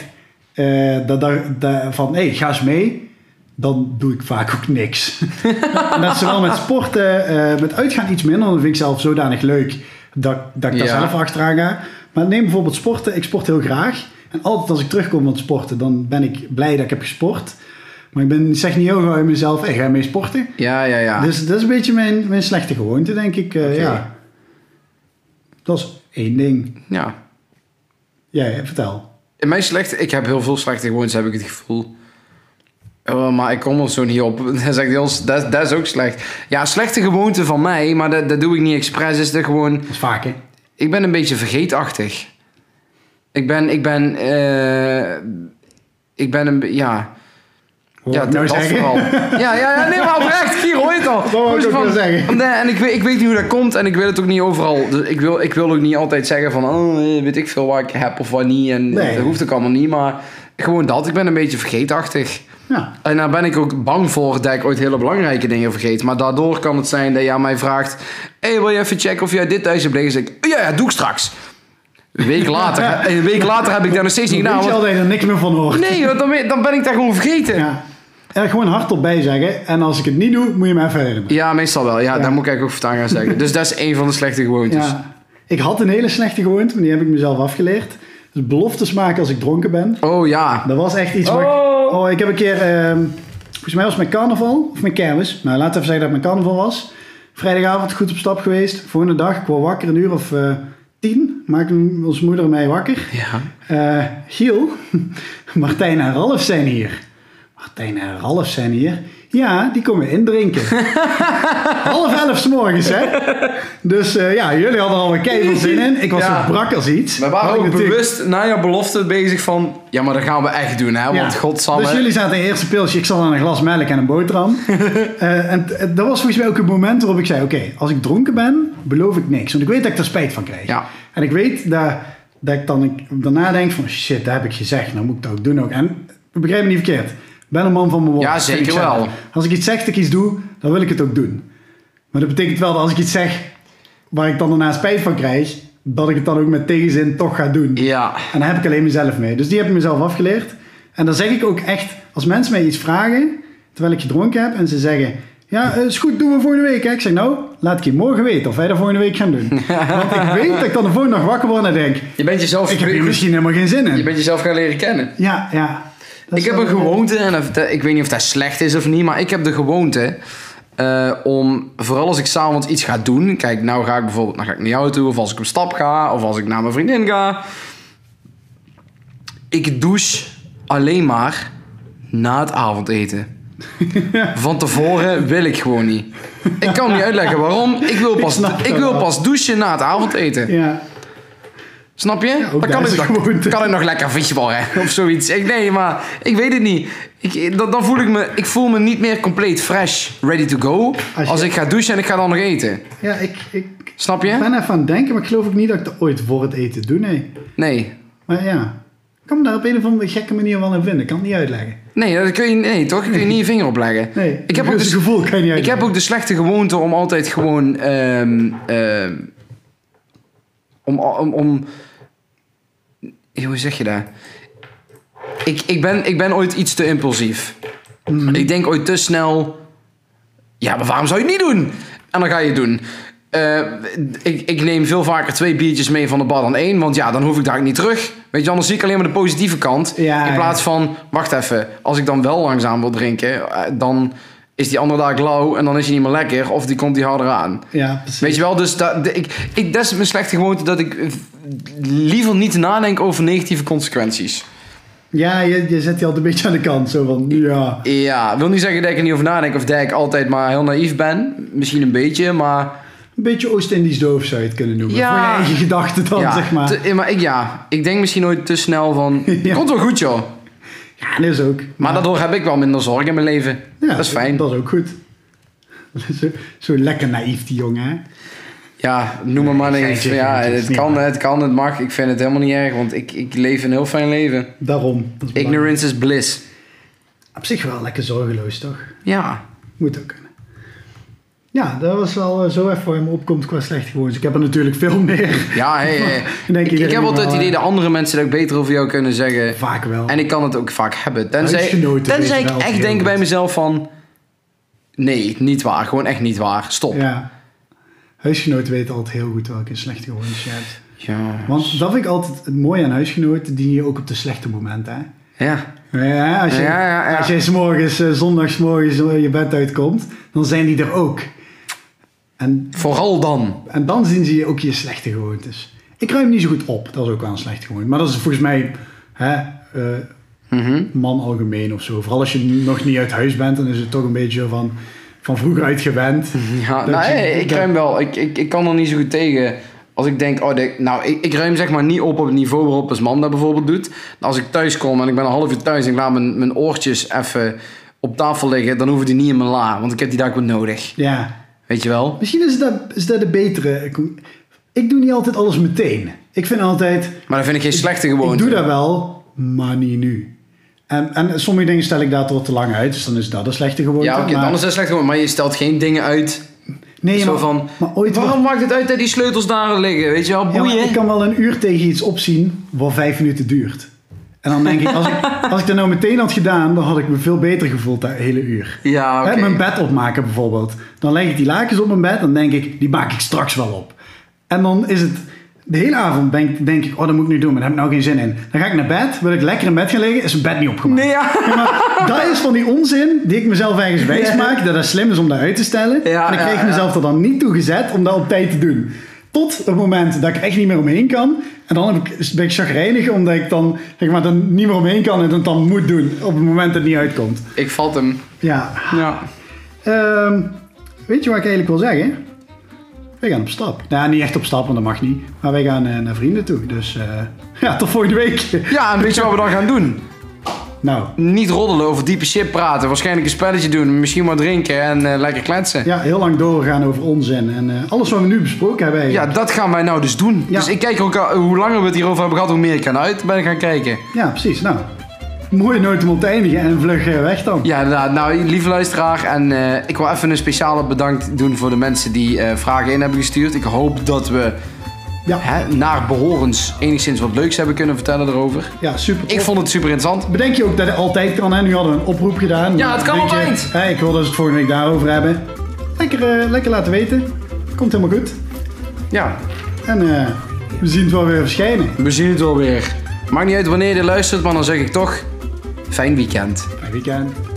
B: eh, dat, dat, dat- van hé, hey, ga eens mee, dan doe ik vaak ook niks. [LAUGHS] en dat is zowel met sporten, eh, met uitgaan iets minder, want dat vind ik zelf zodanig leuk dat, dat ik daar
A: Ja.
B: zelf achteraan ga. Maar neem bijvoorbeeld sporten, ik sport heel graag. En altijd als ik terugkom van het sporten, dan ben ik blij dat ik heb gesport. Maar ik ben, zeg niet heel gauw in mezelf, hey, ga je mee sporten?
A: [LAUGHS] Ja, ja, ja.
B: Dus dat is een beetje mijn, mijn slechte gewoonte, denk ik. eh, ja. Dat is één ding.
A: ja.
B: Ja, ja, vertel.
A: In mijn slechte... Ik heb heel veel slechte gewoontes, heb ik het gevoel. Eh, maar ik kom er zo niet op. [LAUGHS] Dat is, echt heel- dat, dat is ook slecht. Ja, slechte gewoonte van mij, maar dat, dat doe ik niet expres. Is er gewoon...
B: Dat is vaak, hè?
A: Ik ben een beetje vergeetachtig. Ik ben... Ik ben... eh, ik ben een... be- Ja...
B: Hoor
A: Ja,
B: ik nou
A: dat
B: zeggen?
A: vooral. Ja, ja, ja, nee, maar oprecht, hier hoor je het al.
B: Dat wou ik ook wel zeggen.
A: Nee, en ik weet, ik weet niet hoe dat komt en ik wil het ook niet overal. Dus ik wil, ik wil ook niet altijd zeggen van, oh, eh, weet ik veel wat ik heb of wat niet. En
B: Nee.
A: dat hoeft ook allemaal niet, maar gewoon dat. Ik ben een beetje
B: [LAUGHS]
A: vergeetachtig.
B: Ja.
A: En daar ben ik ook bang voor dat ik ooit hele belangrijke dingen vergeet. Maar daardoor kan het zijn dat jij aan mij vraagt... Hé, hey, wil je even checken of jij dit thuis hebt liggen? Zeg ik, ja, ja, doe ik straks. Een week
B: [LAUGHS]
A: later, een week later heb ik daar nog steeds niet
B: Dan
A: gedaan.
B: weet je al
A: want-
B: dat je er niks meer van hoort.
A: Nee, want dan, ben- dan ben ik daar gewoon vergeten.
B: Ja. Er gewoon hardop bij zeggen. En als ik het niet doe, moet je me even herinneren.
A: Ja, meestal wel. Ja,
B: Ja.
A: daar moet ik eigenlijk ook voor aan gaan zeggen. Dus dat is één van de slechte gewoontes.
B: Ja. Ik had een hele slechte gewoonte, maar die heb ik mezelf afgeleerd. Dus beloftes maken als ik dronken ben.
A: Oh ja.
B: Dat was echt iets waar ik... Oh, ik heb een keer... ehm, volgens mij was het mijn carnaval, of mijn kermis. Nou, laten we even zeggen dat het mijn carnaval was. Vrijdagavond goed op stap geweest. Volgende dag, ik word wakker, een uur of eh, tien. Maakte m- ons moeder mij wakker.
A: Ja.
B: Eh, [LAUGHS] Giel, Martijn en Ralf zijn hier. Martijn en Ralf zijn hier. Ja, die komen indrinken. Half elf 's morgens, hè? Dus eh, ja, jullie hadden er al een keihard zin in. Ik was
A: Ja.
B: zo brak als iets.
A: We waren
B: Maar
A: ook
B: natuurlijk-
A: bewust na jouw belofte bezig van... Ja, maar dat gaan we echt doen, hè?
B: Ja.
A: Want godsamme...
B: Dus jullie zaten in het eerste pilsje. Ik zat aan een glas melk en een
A: [LAUGHS]
B: boterham. Eh, en t- dat was volgens mij ook het moment waarop ik zei... Oké, als ik dronken ben, beloof ik niks. Want ik weet dat ik er spijt van krijg.
A: Ja.
B: En ik weet dat, dat ik dan ik, daarna denk van... Shit, dat heb ik gezegd. Nou moet ik dat ook doen ook. En begrijp me niet verkeerd. Ik ben een man van mijn woord.
A: Ja,
B: Dat vind ik
A: zeker
B: zelf.
A: wel.
B: Als ik iets zeg dat ik iets doe, dan wil ik het ook doen. Maar dat betekent wel dat als ik iets zeg... waar ik dan daarna spijt van krijg... dat ik het dan ook met tegenzin toch ga doen.
A: Ja.
B: En daar heb ik alleen mezelf mee. Dus die heb ik mezelf afgeleerd. En dan zeg ik ook echt, als mensen mij iets vragen, terwijl ik gedronken heb, en ze zeggen, ja, eh, is goed, doen we volgende week. Hè? Ik zeg, nou, laat ik je morgen weten of wij dat volgende week gaan
A: [LAUGHS]
B: doen. Want ik weet dat ik dan de volgende dag wakker word en denk,
A: Je bent jezelf...
B: ik heb hier misschien helemaal geen zin
A: je
B: in.
A: bent jezelf gaan leren kennen.
B: Ja, ja. Dat
A: ik
B: is
A: heb
B: wel-
A: een gewoonte, en of dat- ik weet niet of dat slecht is of niet, maar ik heb de gewoonte eh, om, vooral als ik s'avonds iets ga doen, kijk, nou ga ik bijvoorbeeld nou ga ik naar jou toe, of als ik op stap ga, of als ik naar mijn vriendin ga. Ik douche alleen maar na het
B: [LAUGHS]
A: avondeten. Van tevoren wil ik gewoon niet. Ik kan niet uitleggen waarom. Ik wil pas,
B: snap
A: ik
B: dat
A: wil
B: wel.
A: pas douchen na het avondeten.
B: Ja,
A: Snap je?
B: ook
A: dan
B: daar
A: kan
B: is
A: ik,
B: een gewoonte.
A: nog, kan ik nog lekker hè of zoiets. Ik, nee, maar ik weet het niet. Ik, dan, dan voel ik me, ik voel me niet meer compleet fresh, ready to go.
B: Als
A: Als,
B: je-
A: ik ga douchen en ik ga dan nog eten.
B: ja ik, ik
A: Snap je?
B: ben even aan het denken, maar ik geloof ook niet dat ik dat ooit voor het eten doe, nee.
A: Nee.
B: Maar ja, ik kan me daar op een of andere gekke manier wel in vinden. Ik kan het niet uitleggen.
A: Nee, dat kun je, nee toch? Ik kun je niet je vinger opleggen.
B: Nee,
A: ik, heb ook
B: het
A: de,
B: gevoel kan je niet
A: ik heb
B: uitleggen.
A: ook de slechte gewoonte om altijd gewoon... ehm, ehm, om, om, om... Hoe zeg je dat? Ik, ik, ben, ik ben ooit iets te impulsief.
B: Mhm.
A: Ik denk ooit te snel. Ja, maar waarom zou je het niet doen? En dan ga je het doen. Eh, ik, ik neem veel vaker twee biertjes mee van de bar dan één. Want ja, dan hoef ik daar niet terug. Weet je, anders zie ik alleen maar de positieve kant.
B: Ja,
A: in
B: ja.
A: plaats van, wacht even. Als ik dan wel langzaam wil drinken, eh, dan is die andere dag lauw. En dan is hij niet meer lekker. Of die komt die harder aan.
B: Ja, precies.
A: Weet je wel, dus dat, de- ik, ik, dat is mijn slechte gewoonte. Dat ik eh, liever niet nadenk over negatieve consequenties.
B: Ja, je, je zet die altijd een beetje aan de kant. Zo van, ja.
A: Ja, wil niet zeggen dat ik er niet over nadenk of dat ik altijd maar heel naïef ben. Misschien een beetje, maar.
B: Een beetje Oost-Indisch doof zou je het kunnen noemen.
A: Ja.
B: Voor je eigen gedachten dan,
A: ja,
B: zeg maar.
A: te- eh, maar ik, ja, ik denk misschien nooit te snel van.
B: [LAUGHS] Ja.
A: Komt wel goed, joh.
B: Ja, dat is ook.
A: Maar daardoor heb ik wel minder zorg in mijn leven.
B: Ja,
A: dat is fijn.
B: Dat is ook goed. Zo, zo lekker naïef, die jongen, hè?
A: Ja, noem me maar niks.
B: geintje,
A: Ja,
B: geintje, is
A: het
B: niet
A: kan,
B: waar.
A: het kan, het mag. Ik vind het helemaal niet erg, want ik, ik leef een heel fijn leven.
B: Daarom. Dat is belangrijk.
A: Ignorance is bliss.
B: Op zich wel lekker zorgeloos, toch?
A: Ja.
B: Moet ook kunnen. Ja, dat was wel eh, zo even waar je me opkomt qua slecht gewoons. Ik heb er natuurlijk veel meer.
A: Ja,
B: [LAUGHS]
A: hey, hey.
B: Ik denk
A: Ik, ik
B: iedereen
A: heb altijd
B: wel,
A: het
B: hè.
A: idee dat andere mensen dat ook beter over jou kunnen zeggen.
B: Vaak wel.
A: En ik kan het ook vaak hebben. Tenzij,
B: Oh. Huisgenoten
A: tenzij
B: weten
A: ik
B: wel
A: echt
B: heel
A: denk
B: goed.
A: bij mezelf van... Nee, niet waar. Gewoon echt niet waar. Stop. Ja.
B: Ja. Huisgenoten weten altijd heel goed welke slechte gewoons je hebt. Want dat vind ik altijd het mooie aan huisgenoten, die je ook op de slechte momenten, hè?
A: Ja.
B: Ja, als je,
A: Ja, ja, ja.
B: Als je 's morgens, eh, zondagsmorgens eh, je bed uitkomt, dan zijn die er ook. En,
A: Vooral dan.
B: en dan zien ze je ook je slechte gewoontes. Ik ruim niet zo goed op, dat is ook wel een slechte gewoonte. Maar dat is volgens mij hè, eh,
A: Mhm.
B: man algemeen of zo. Vooral als je nog niet uit huis bent, dan is het toch een beetje van, van vroeger uit gewend.
A: [LAUGHS] Ja,
B: Dat
A: nou,
B: je-
A: hey, ik
B: dat-
A: ruim wel. Ik, ik, ik kan er niet zo goed tegen. Als ik denk, oh, dit- nou, ik, ik ruim zeg maar niet op op het niveau waarop een man dat bijvoorbeeld doet. Nou, Als ik thuis kom en ik ben een half uur thuis en ik laat mijn, mijn oortjes even op tafel liggen, dan hoeven die niet in mijn la, want ik heb die daar ook wat nodig.
B: Ja,
A: Weet je wel?
B: misschien is dat, is dat de betere. Ik doe niet altijd alles meteen. Ik vind altijd,
A: Maar dat vind ik geen slechte gewoonte.
B: Ik doe dat wel, maar niet nu. En, en sommige dingen stel ik daardoor te lang uit, dus dan is dat een slechte gewoonte.
A: Ja, oké,
B: maar-
A: anders is het slecht gewoon. Maar je stelt geen dingen uit.
B: nee,
A: zo
B: maar,
A: van,
B: maar ooit
A: waarom maakt het uit dat die sleutels daar liggen? Weet je wel,
B: Ja, maar
A: boeien.
B: ik kan wel een uur tegen iets opzien wat vijf minuten duurt. En dan denk ik, als ik, als ik dat nou meteen had gedaan, dan had ik me veel beter gevoeld dat hele uur.
A: Ja, oké.
B: Hè, mijn bed opmaken bijvoorbeeld. Dan leg ik die lakens op mijn bed en denk ik, die maak ik straks wel op. En dan is het, de hele avond denk, denk ik, oh dat moet ik nu doen, maar daar heb ik nou geen zin in. Dan ga ik naar bed, wil ik lekker in bed gaan liggen, is mijn bed niet opgemaakt.
A: Nee, ja.
B: Ja, maar dat is van die onzin die ik mezelf ergens wijs maak, dat het slim is om dat uit te stellen.
A: Ja,
B: en ik
A: ja,
B: kreeg
A: ja.
B: mezelf er dan niet toe gezet om dat op tijd te doen. Tot het moment dat ik echt niet meer omheen kan. En dan heb ik, ben ik chagrijnig omdat ik dan, zeg maar, dan niet meer omheen kan en het dan moet doen. Op het moment dat het niet uitkomt.
A: Ik vat hem.
B: Ja.
A: Ja.
B: Ehm, weet je wat ik eigenlijk wil zeggen? Wij gaan op stap. Nou, niet echt op stap, want dat mag niet. Maar wij gaan eh, naar vrienden toe. Dus eh, [LAUGHS] ja, tot volgende week. [LAUGHS]
A: Ja, en weet je wat we dan gaan doen?
B: Nou,
A: Niet roddelen over diepe shit praten. Waarschijnlijk een spelletje doen. Misschien wat drinken en eh, lekker kletsen. Ja.
B: ja, heel lang doorgaan over onzin. En eh, alles wat we nu besproken hebben. eigenlijk.
A: dat gaan wij nou dus doen.
B: Ja.
A: Dus ik kijk ook al, hoe langer we het hierover hebben gehad, hoe meer ik aan uit ben gaan kijken.
B: ja, precies. Nou, mooie noot om op te eindigen en vlug eh, weg dan.
A: Ja, inderdaad. Nou, lieve luisteraar. En eh, ik wil even een speciale bedankt doen voor de mensen die eh, vragen in hebben gestuurd. Ik hoop dat we
B: Ja.
A: hè, naar behorens enigszins wat leuks hebben kunnen vertellen erover.
B: Ja, super.
A: Ik vond het super interessant.
B: Bedenk je ook dat het altijd kan, hè? Nu hadden we een oproep gedaan.
A: Ja, het kan
B: Denk je,
A: altijd.
B: Hè, ik wil dus het volgende week daarover hebben. Lekker, eh, lekker laten weten. Komt helemaal goed.
A: Ja,
B: En eh, we zien het wel weer verschijnen.
A: we zien het wel weer. Maakt niet uit wanneer je dit luistert, maar dan zeg ik toch... Fijn weekend.
B: Fijn weekend.